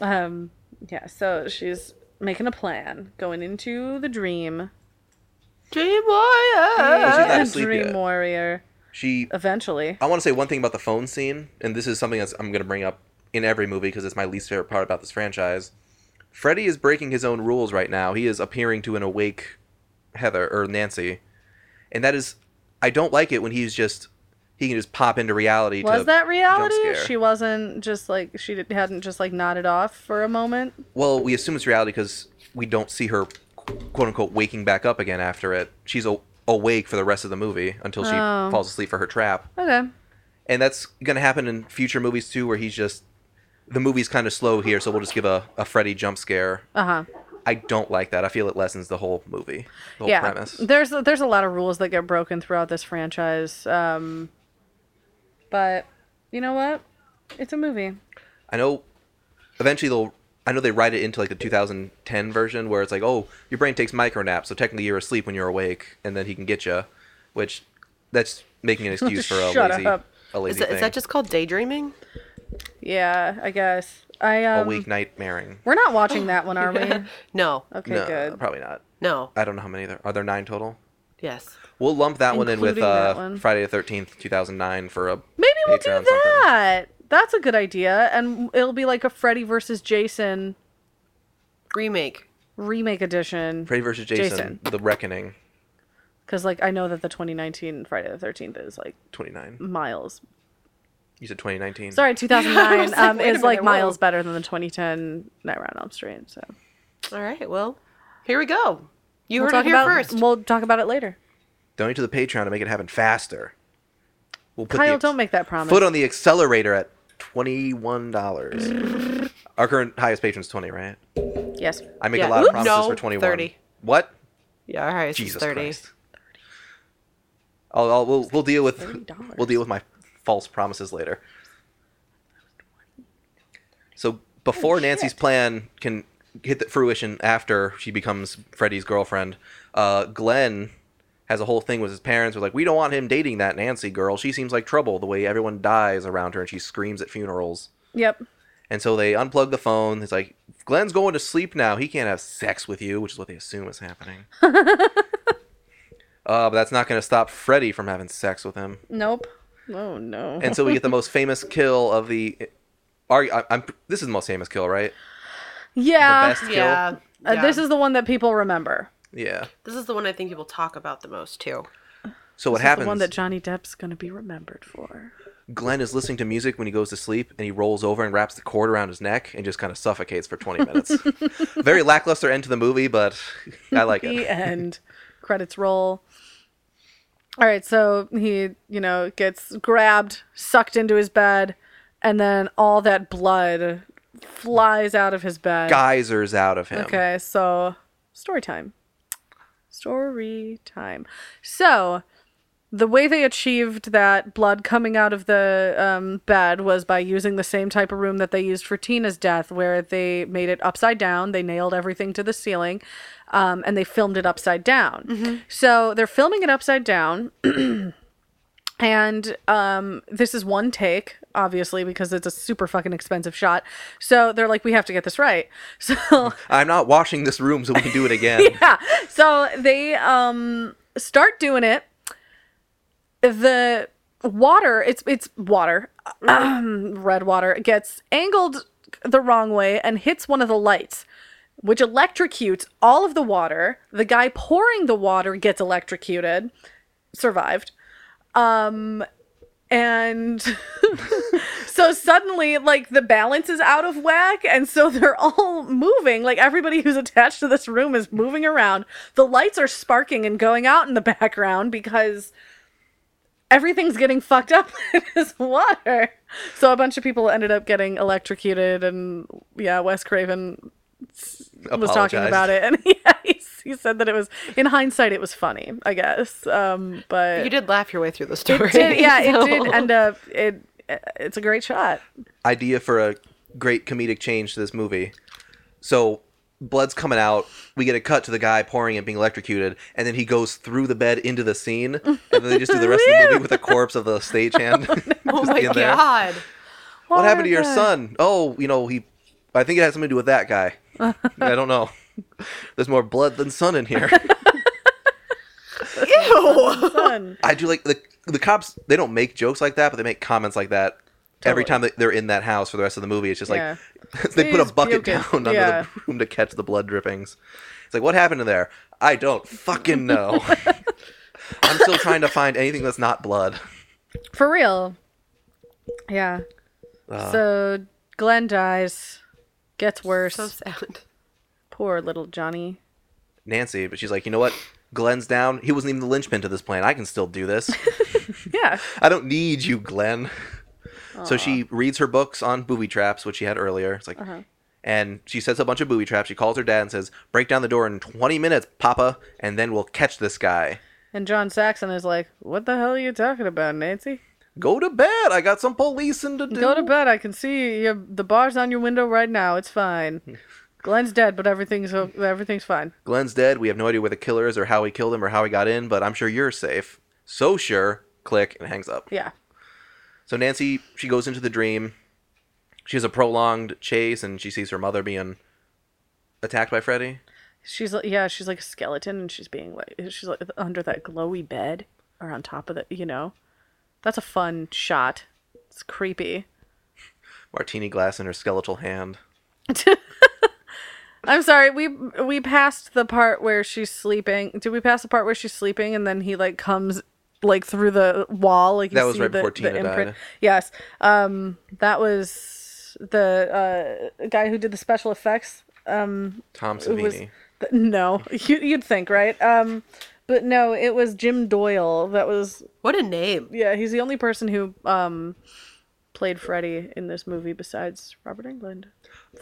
Um, yeah, so she's making a plan, going into the dream. Dream Warrior. she's not asleep dream yet. Oh, warrior. She Eventually. I want to say one thing about the phone scene, and this is something that's I'm going to bring up in every movie because it's my least favorite part about this franchise. Freddy is breaking his own rules right now. He is appearing to an awake Heather or Nancy, and that is I don't like it when he's just he can just pop into reality. to Was that reality? jump scare. She wasn't just like she did- hadn't just like nodded off for a moment. Well, we assume it's reality because we don't see her quote unquote waking back up again after it. She's a- awake for the rest of the movie until she Oh. falls asleep for her trap. Okay. and that's gonna happen in future movies too, where he's just the movie's kind of slow here, so we'll just give a, a Freddy jump scare. Uh huh. I don't like that. I feel it lessens the whole movie, the whole yeah. premise. There's there's a lot of rules that get broken throughout this franchise. Um, but you know what? It's a movie. I know eventually they'll. I know they write it into like the 2010 version where it's like, oh, your brain takes micro naps, so technically you're asleep when you're awake, and then he can get you, which that's making an excuse for a Shut lazy, up. a lazy Is that, thing. is that just called daydreaming? Yeah, I guess. I a um weak nightmaring? we're not watching that one, are we? No. Okay, no, good. probably not. No. I don't know how many there are. There nine total. Yes. We'll lump that one in with Including that uh, one. Friday the Thirteenth, two thousand nine, for a Maybe we'll Patreon do something. that. That's a good idea and it'll be like a Freddy versus Jason Remake. remake edition Freddy versus Jason, Jason. The Reckoning, cuz like I know that the 2019 Friday the 13th is like twenty nine. miles. You said twenty nineteen. Mm. Sorry, 2009 like, um wait a is like minute, whoa. miles better than the 2010 Nightmare on Elm Street, so. All right. Well, here we go. You We'll heard talk it here about first. we'll talk about it later. Donate to the Patreon to make it happen faster. We'll put the Kyle, ex- don't make that promise. foot on the accelerator at twenty one dollars. Our current highest patron's twenty, right? yes. I make a Yeah. lot Oops. of promises No, for twenty one. 30. What? yeah. All right. Jesus Jesus thirty. Christ. I'll, I'll we'll, we'll deal with $30. we'll deal with my false promises later. So before Nancy's plan can hit the fruition after she becomes Freddy's girlfriend, uh, Glenn has a whole thing with his parents. Were like, we don't want him dating that Nancy girl. She seems like trouble. The way everyone dies around her, and she screams at funerals. Yep. And so they unplug the phone. It's like Glenn's going to sleep now. He can't have sex with you, which is what they assume is happening. uh, but that's not going to stop Freddy from having sex with him. Nope. Oh no. And so we get the most famous kill of the. Are I, I'm this is the most famous kill, right? yeah. the best kill. Yeah. Uh, yeah. This is the one that people remember. Yeah. this is the one I think people talk about the most too. So what This is happens? The one that Johnny Depp's going to be remembered for. Glenn is listening to music when he goes to sleep, and he rolls over and wraps the cord around his neck and just kind of suffocates for 20 minutes. Very lackluster end to the movie, but I like it. The end. Credits roll. All right, so he, you know, gets grabbed, sucked into his bed, and then all that blood flies out of his bed. Geysers out of him. Okay, so story time. Story time. So, the way they achieved that blood coming out of the um, bed was by using the same type of room that they used for Tina's death, where they made it upside down. They nailed everything to the ceiling, um, and they filmed it upside down. So they're filming it upside down, and um, this is one take, obviously, because it's a super fucking expensive shot. So they're like, we have to get this right. So I'm not washing this room so we can do it again. yeah. So they um start doing it. The water, it's it's water, red water gets angled the wrong way and hits one of the lights, which electrocutes all of the water. The guy pouring the water gets electrocuted, survived. Um and so suddenly like the balance is out of whack and so they're all moving like everybody who's attached to this room is moving around the lights are sparking and going out in the background because everything's getting fucked up in this water so a bunch of people ended up getting electrocuted and yeah wes craven was talking Apologized. about it and yeah, he, he said that it was in hindsight it was funny i guess um but You did laugh your way through the story. did- yeah, so- it did end up. It it's a great shot. Idea for a great comedic change to this movie. So blood's coming out. We get a cut to the guy pouring and being electrocuted, and then he goes through the bed into the scene, and then they just do the rest of the movie with the corpse of the stagehand. Oh just my in there. god. What happened to your son? Oh, you know he. I think it has something to do with that guy. I don't know. There's more blood than sun in here. Ew. Son. I do like the the cops. They don't make jokes like that, but they make comments like that every time that they're in that house for the rest of the movie. It's just like Yeah. they put a Please bucket puke it. down under Yeah. the room to catch the blood drippings. It's like what happened to there? I don't fucking know. I'm still trying to find anything that's not blood. For real. Yeah. so Glenn dies, gets worse. So sad. Poor little Johnny. Nancy, but she's like, you know what? Glenn's down. He wasn't even the linchpin to this plan. I can still do this. Yeah. I don't need you, Glenn. So she reads her books on booby traps, which she had earlier. It's like, Uh-huh. and she sets a bunch of booby traps. She calls her dad and says, "Break down the door in 20 minutes, Papa, and then we'll catch this guy." And John Saxon is like, "What the hell are you talking about, Nancy? Go to bed. I got some policing to do. Go to bed. I can see your, the bar's on your window right now. It's fine. Glenn's dead, but everything's o- everything's fine." Glenn's dead. We have no idea where the killer is or how he killed him or how he got in, but I'm sure you're safe. So sure, click, and hangs up. Yeah. So Nancy, she goes into the dream. She has a prolonged chase, and she sees her mother being attacked by Freddy. She's like, yeah, she's like a skeleton, and she's being like, she's like under that glowy bed or on top of the, you know, that's a fun shot. It's creepy. Martini glass in her skeletal hand. I'm sorry, we we passed the part where she's sleeping. Did we pass the part where she's sleeping and then he like comes like through the wall? Like you That was see right the, before the Tina imprint? died. Yes, um, that was the uh, guy who did the special effects. Tom It Savini. was th- no, you, you'd think right, um, but no, it was Jim Doyle. That was What a name. yeah, he's the only person who um played Freddy in this movie besides Robert England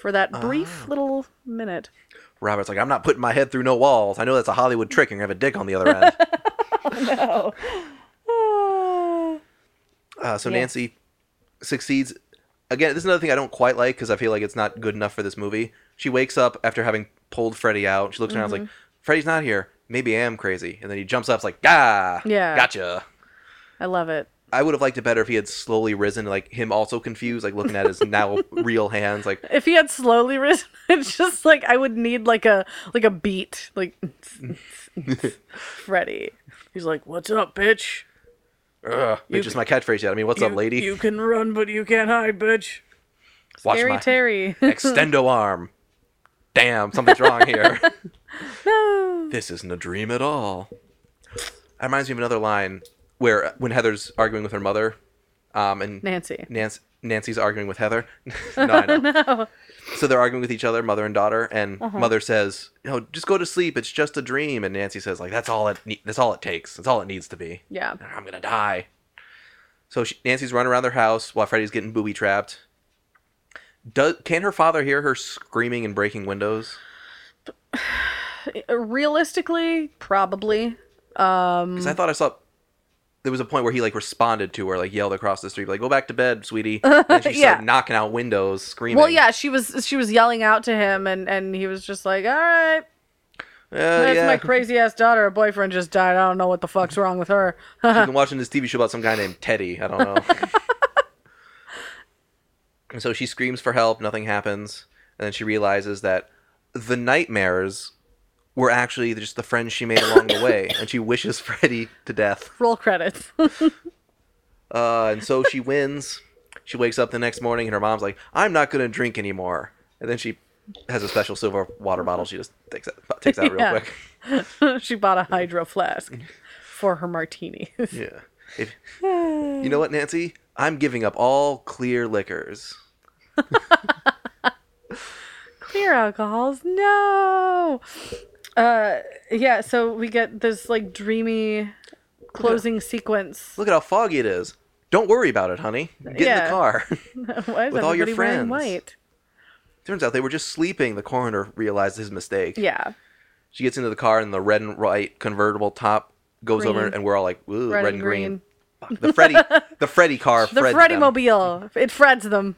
for that Ah. brief little minute. Robert's like, I'm not putting my head through no walls. I know that's a Hollywood trick. You're gonna have a dick on the other end. Ah. Uh, so Nancy succeeds. Again, this is another thing I don't quite like because I feel like it's not good enough for this movie. She wakes up after having pulled Freddy out. She looks around, like, Mm-hmm. Freddy's not here. Maybe I am crazy. And then he jumps up, like, ah, Yeah. gotcha. I love it. I would have liked it better if he had slowly risen, like him also confused, like looking at his now real hands, like If he had slowly risen, it's just like I would need like a like a beat, like Freddy. He's like, "What's up, bitch? Ugh, which is my catchphrase yet. I mean, what's up, You- lady? You can run, but you can't hide, bitch." Watch Scary my Terry. extendo arm. Damn, something's wrong here. no. this isn't a dream at all. That reminds me of another line where uh, when Heather's arguing with her mother, um, and Nancy. Nancy, Nancy's arguing with Heather. no, I know. So they're arguing with each other, mother and daughter, and mother says, "No, just go to sleep. It's just a dream." And Nancy says, "Like that's all it. Ne- that's all it takes. That's all it needs to be. Yeah. I'm gonna die." So she, Nancy's running around their house while Freddy's getting booby trapped. Does can her father hear her screaming and breaking windows? Uh, Realistically, probably. Because Mm. I thought I saw there was a point where he like responded to her, like yelled across the street, like "Go back to bed, sweetie," and she Yeah. started knocking out windows, screaming. Well, yeah, she was she was yelling out to him, and and he was just like, "All right, Uh, that's yeah. my crazy ass daughter. Her boyfriend just died. I don't know what the fuck's wrong with her." I've been watching this TV show about some guy named Teddy. I don't know. and so she screams for help. Nothing happens, and then she realizes that the nightmares were actually just the friends she made along the way, and she wishes Freddy to death. Roll credits. Uh, and so she wins. She wakes up the next morning, and her mom's like, "I'm not gonna drink anymore." And then she has a special silver water bottle. She just takes it, takes out Yeah. real quick. she bought a hydro flask for her martinis. Yeah. If, you know what, Nancy? I'm giving up all clear liquors. Clear alcohols, no. Uh, yeah. So we get this like dreamy closing sequence. Look at how foggy it is. Don't worry about it, honey. Get in Yeah. the car. Why is with all your everybody wearing friends. White. Turns out they were just sleeping. The coroner realized his mistake. Yeah. She gets into the car, and the red and white convertible top goes over, Green. and we're all like, "Ooh, Red red, and and green. green." Fuck, The Freddy, the Freddy car. The Freds Freddy them. Mobile. It freds them.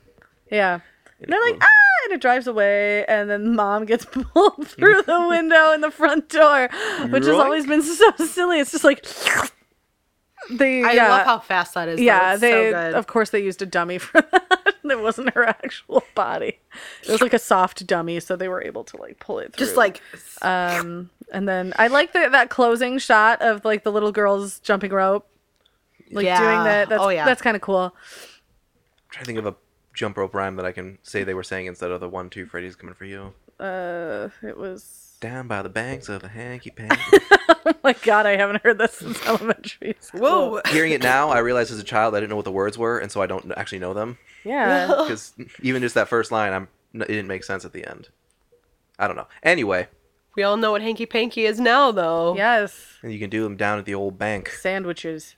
Yeah. And they're like, cool. ah, and it drives away, and then mom gets pulled through the window in the front door, which has Yoink. always been so silly. It's just like they, I yeah, love how fast that is. yeah, they, so good. of course, they used a dummy for that. it wasn't her actual body; it was like a soft dummy, so they were able to like pull it. Through. just like um, and then I like the, that closing shot of like the little girls jumping rope, like Yeah. doing that. That's, Oh, yeah. that's kind of cool. I'm trying to think of a jump rope rhyme that I can say they were saying instead of the one, two, Freddy's coming for you. Uh, it was oh Down by the banks of a hanky panky. my god, I haven't heard this since elementary. School. whoa. Hearing it now, I realized as a child I didn't know what the words were, and so I don't actually know them. Yeah. because even just that first line, I'm it didn't make sense at the end. I don't know. Anyway, We all know what hanky panky is now, though. yes. and you can do them down at the old bank. Sandwiches.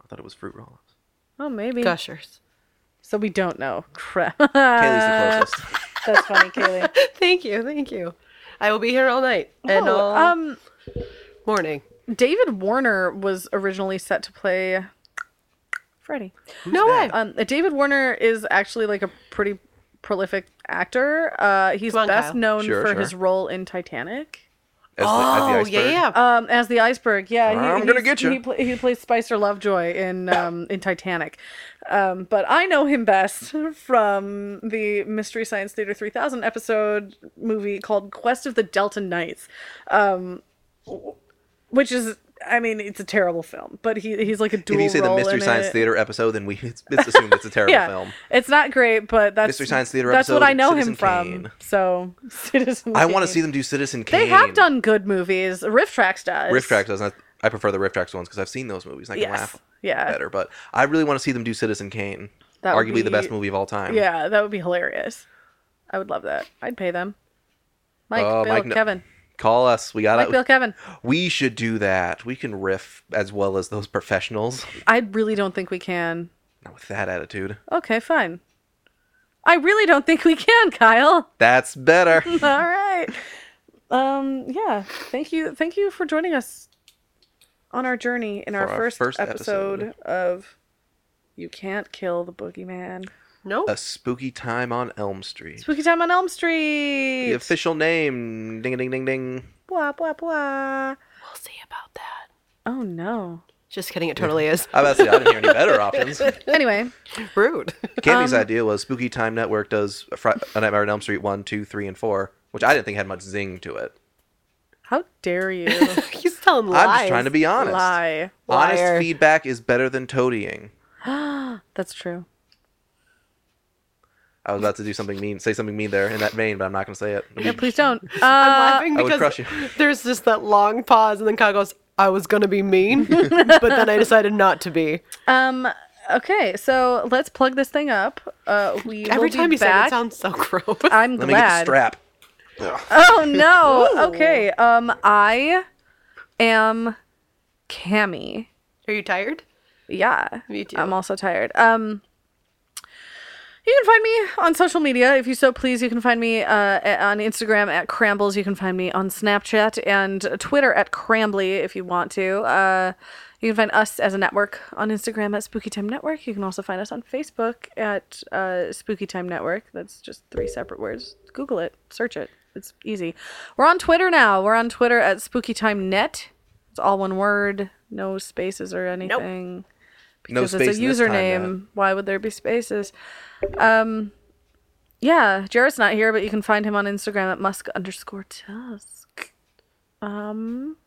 I thought it was fruit roll-ups. Oh, maybe. Gushers. So we don't know. Crap. Uh, Kaylee's the closest. That's funny, Kaylee. Thank you, thank you. I will be here all night and Oh, all um, morning. David Warner was originally set to play Freddy. No that? way. Um, David Warner is actually like a pretty prolific actor. Uh, he's Come on, best Kyle. known Sure, for sure. his role in Titanic. as the, Oh as the yeah, iceberg. yeah. Um, as the iceberg, yeah. I'm gonna he's- get ya. He, pla he plays Spicer Lovejoy in um, in Titanic, um, but I know him best from the Mystery Science Theater 3000 episode movie called Quest of the Delta Knights, um, which is. I mean, it's a terrible film, but he he's like a dual. If you say the role Mystery in Science it. Theater episode, then we it's, it's assumed it's a terrible yeah, film. it's not great, but that's Mystery Science Theater That's what episode, I know him Citizen from. Kane. So, Citizen. I want to Kane. see them do Citizen Kane. They have done good movies. Riff Tracks does. Riff Tracks doesn't. I prefer the Riff Tracks ones because I've seen those movies. And I can Yes. laugh Yeah. better, but I really want to see them do Citizen Kane. That would arguably the best be- movie of all time. Yeah, that would be hilarious. I would love that. I'd pay them. Mike, Oh, Bill, Mike, no- Kevin. Call us. We got Mike, Bill, to Kevin. We should do that. We can riff as well as those professionals. I really don't think we can. Not with that attitude. Okay, fine. I really don't think we can, Kyle. That's better. All right. Um, yeah. Thank you. Thank you for joining us on our journey in our, our first, first episode, of You Can't Kill the Boogeyman. No. A spooky time on Elm Street. Spooky Time on Elm Street. The official name. Ding ding ding ding. Blah blah blah. We'll see about that. Oh no. Just kidding. It totally is I about to say I didn't hear any better options. Anyway, rude. Candy's Um, idea was Spooky Time Network does a, Fri- a Nightmare on Elm Street one, two, three, and 4, which I didn't think had much zing to it. how dare you? He's telling lies. I'm just trying to be honest. Lie. Liar. Honest feedback is better than toadying. That's true. I was about to do something mean, say something mean there in that vein, but I'm not going to say it. It'd be- No, please don't. Uh, laughing I would because crush you. there's just that long pause, and then Kyle goes, "I was gonna be mean, but then I decided not to be." um. Okay, so let's plug this thing up. Uh, we Every will time be you say it, back. it sounds so gross. I'm Let me get the glad. strap. Oh no. Ooh. Okay. Um, I am Cammy. Are you tired? Yeah. Me too. I'm also tired. Um you can find me on social media if you so please. You can find me uh, a- on Instagram at Crambles. You can find me on Snapchat and Twitter at Crambly if you want to. Uh, you can find us as a network on Instagram at Spooky Time Network. You can also find us on Facebook at uh, Spooky Time Network. That's just three separate words. Google it, search it. It's easy. We're on Twitter now. We're on Twitter at Spooky Time Net. It's all one word, no spaces or anything No because space it's a in this time, username. Matt. Why would there be spaces? Um, yeah, Jarrett's not here, but you can find him on Instagram at musk underscore tusk. Um,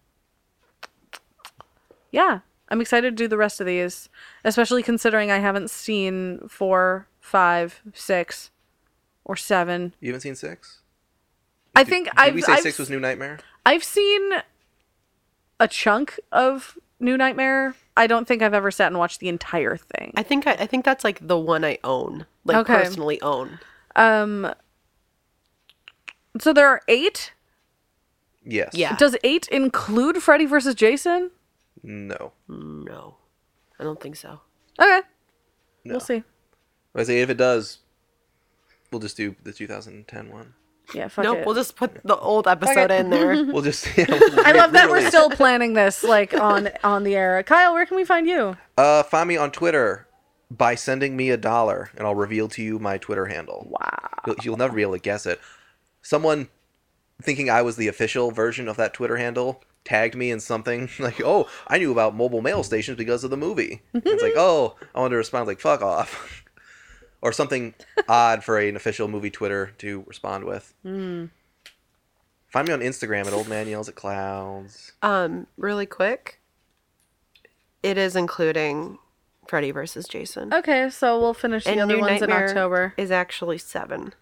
yeah, I'm excited to do the rest of these, especially considering I haven't seen four, five, six, or seven. You haven't seen six? I think Did I've we say I've, six was New Nightmare? I've seen a chunk of New Nightmare. I don't think I've ever sat and watched the entire thing. I think I, I think that's like the one I own, like Okay. personally own. So there are eight. Yes. Yeah. Does eight include Freddy versus Jason? No. No, I don't think so. Okay, No. we'll see. I say if it does, we'll just do the 2010 one. Yeah, fuck nope, it. we'll just put the old episode in there. We'll just. Yeah, we'll I love that we're re-release. still planning this like on on the air. Kyle, where can we find you? Uh, find me on Twitter by sending me a dollar, and I'll reveal to you my Twitter handle. Wow. You'll, you'll never be able to guess it. Someone thinking I was the official version of that Twitter handle tagged me in something like, "Oh, I knew about mobile mail stations because of the movie." it's like, "Oh, I wanted to respond like fuck off," or something odd for an official movie Twitter to respond with. Hmm. Find me on Instagram at old man yells at clouds. Um, really quick, it is including Freddy versus Jason. Okay, so we'll finish Oh, the other New ones in Nightmare October. is actually seven.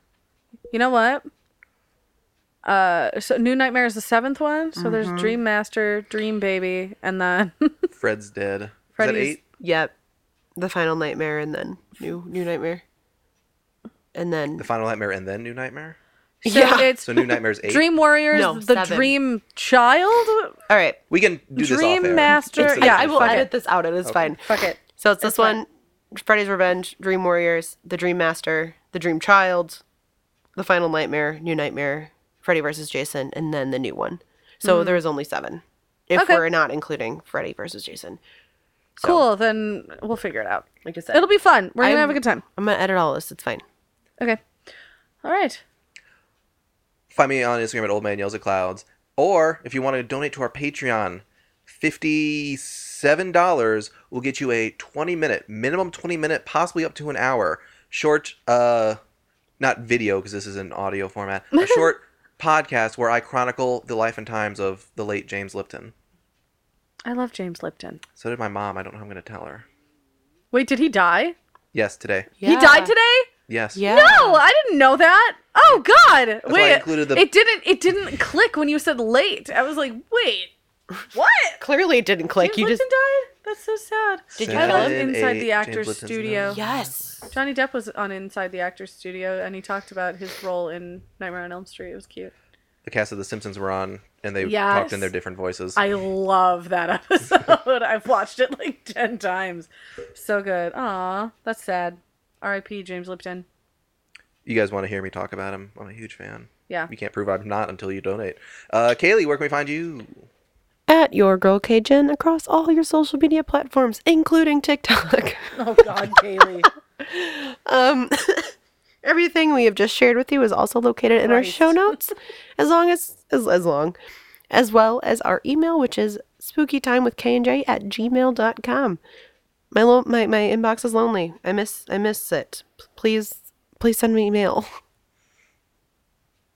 You know what? Uh, so New Nightmare is the seventh one. So Mm-hmm. there's Dream Master, Dream Baby, and then Fred's dead. Is Freddy's- that eight? Yep, the final nightmare, and then new new nightmare, and then The final nightmare and then new nightmare. so Yeah. it's So new nightmare's eight. Dream Warriors, No, the seven. Dream Child, all right. we can do this off Dream air. Master. It's- Yeah, I, I will fuck edit it. this out. It is fine. Fuck it. So it's this It's fine. one Freddy's Revenge, Dream Warriors, The Dream Master, The Dream Child, The Final Nightmare, New Nightmare, Freddy vs. Jason, and then the new one. So there is only seven if Mm-hmm. Okay. we're not including Freddy vs. Jason. So, Cool. Then we'll figure it out. Like I said, It'll be fun. We're gonna I'm- have a good time. I'm going to edit all this. It's fine. Okay. All right. Find me on Instagram at Old Man Yells at Clouds. Or if you want to donate to our Patreon, $57 will get you a 20 minute, minimum 20 minute, possibly up to an hour short, uh, not video because this is an audio format, a short podcast where I chronicle the life and times of the late James Lipton. I love James Lipton. So did my mom. I don't know how I'm going to tell her. Wait, did he die? Yes, today. He died today? Yes. Yeah. No, I didn't know that. Oh God! why I wait, included the- it didn't. It didn't click when you said late. I was like, wait, what? Clearly, it didn't click. James you Lipton just died. That's so sad. Did you I kill love him? Inside A the James Actors Lipton's Studio. nose. yes. Johnny Depp was on Inside the Actors Studio, and he talked about his role in Nightmare on Elm Street. It was cute. The cast of The Simpsons were on and they Yes. talked in their different voices. I love that episode. I've watched it like ten times. So good. Aw, that's sad. R.I.P. James Lipton. you guys want to hear me talk about him? I'm a huge fan. Yeah. You can't prove I'm not until you donate. Uh, Kaylee, where can we find you? At your girl Cajun across all your social media platforms, including TikTok. Oh God, Kaylee. Um, everything we have just shared with you is also located in our show Christ. notes, as long as, as as long, as well as our email, which is spookytimewithknj at gmail.com. My lo- my my inbox is lonely. I miss I miss it. P- Please please send me mail.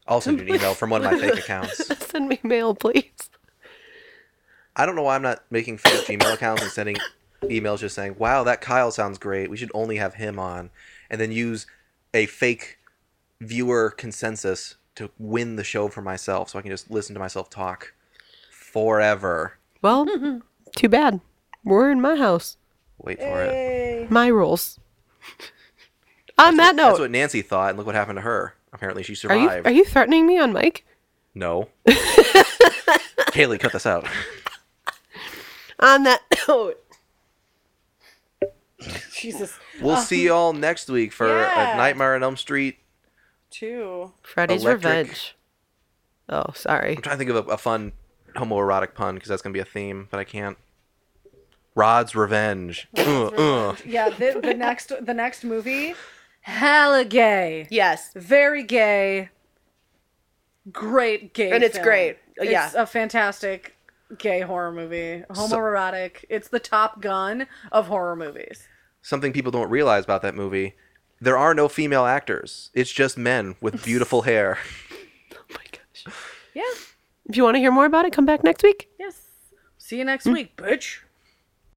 I'll send you an email from one of my fake accounts. send me mail, please. I don't know why I'm not making fake Gmail accounts and sending emails just saying, wow, that Kyle sounds great. We should only have him on. And then use a fake viewer consensus to win the show for myself so I can just listen to myself talk forever. Well, too bad. We're in my house. Wait for it. My rules. on that That's note, what Nancy thought, and look what happened to her. Apparently, she are you survived. are you threatening me on mic? No. Kaylee, cut this out. On that note. Jesus. We'll see Oh. you all next week for Yeah. a Nightmare on Elm Street. Two. Freddy's Electric. Revenge. Oh, sorry. I'm trying to think of a, a fun homoerotic pun because that's gonna be a theme, but I can't. Rod's Revenge. Ugh, ugh. Yeah. The, the next. The next movie. Hella gay. Yes. very gay, great gay, And it's film. great. Yeah. it's a fantastic gay horror movie, homoerotic. it's the Top Gun of horror movies. Something people don't realize about that movie: there are no female actors. It's just men with beautiful hair. Oh my gosh. Yeah. If you want to hear more about it, come back next week. Hmm. Yes. See you next week, bitch.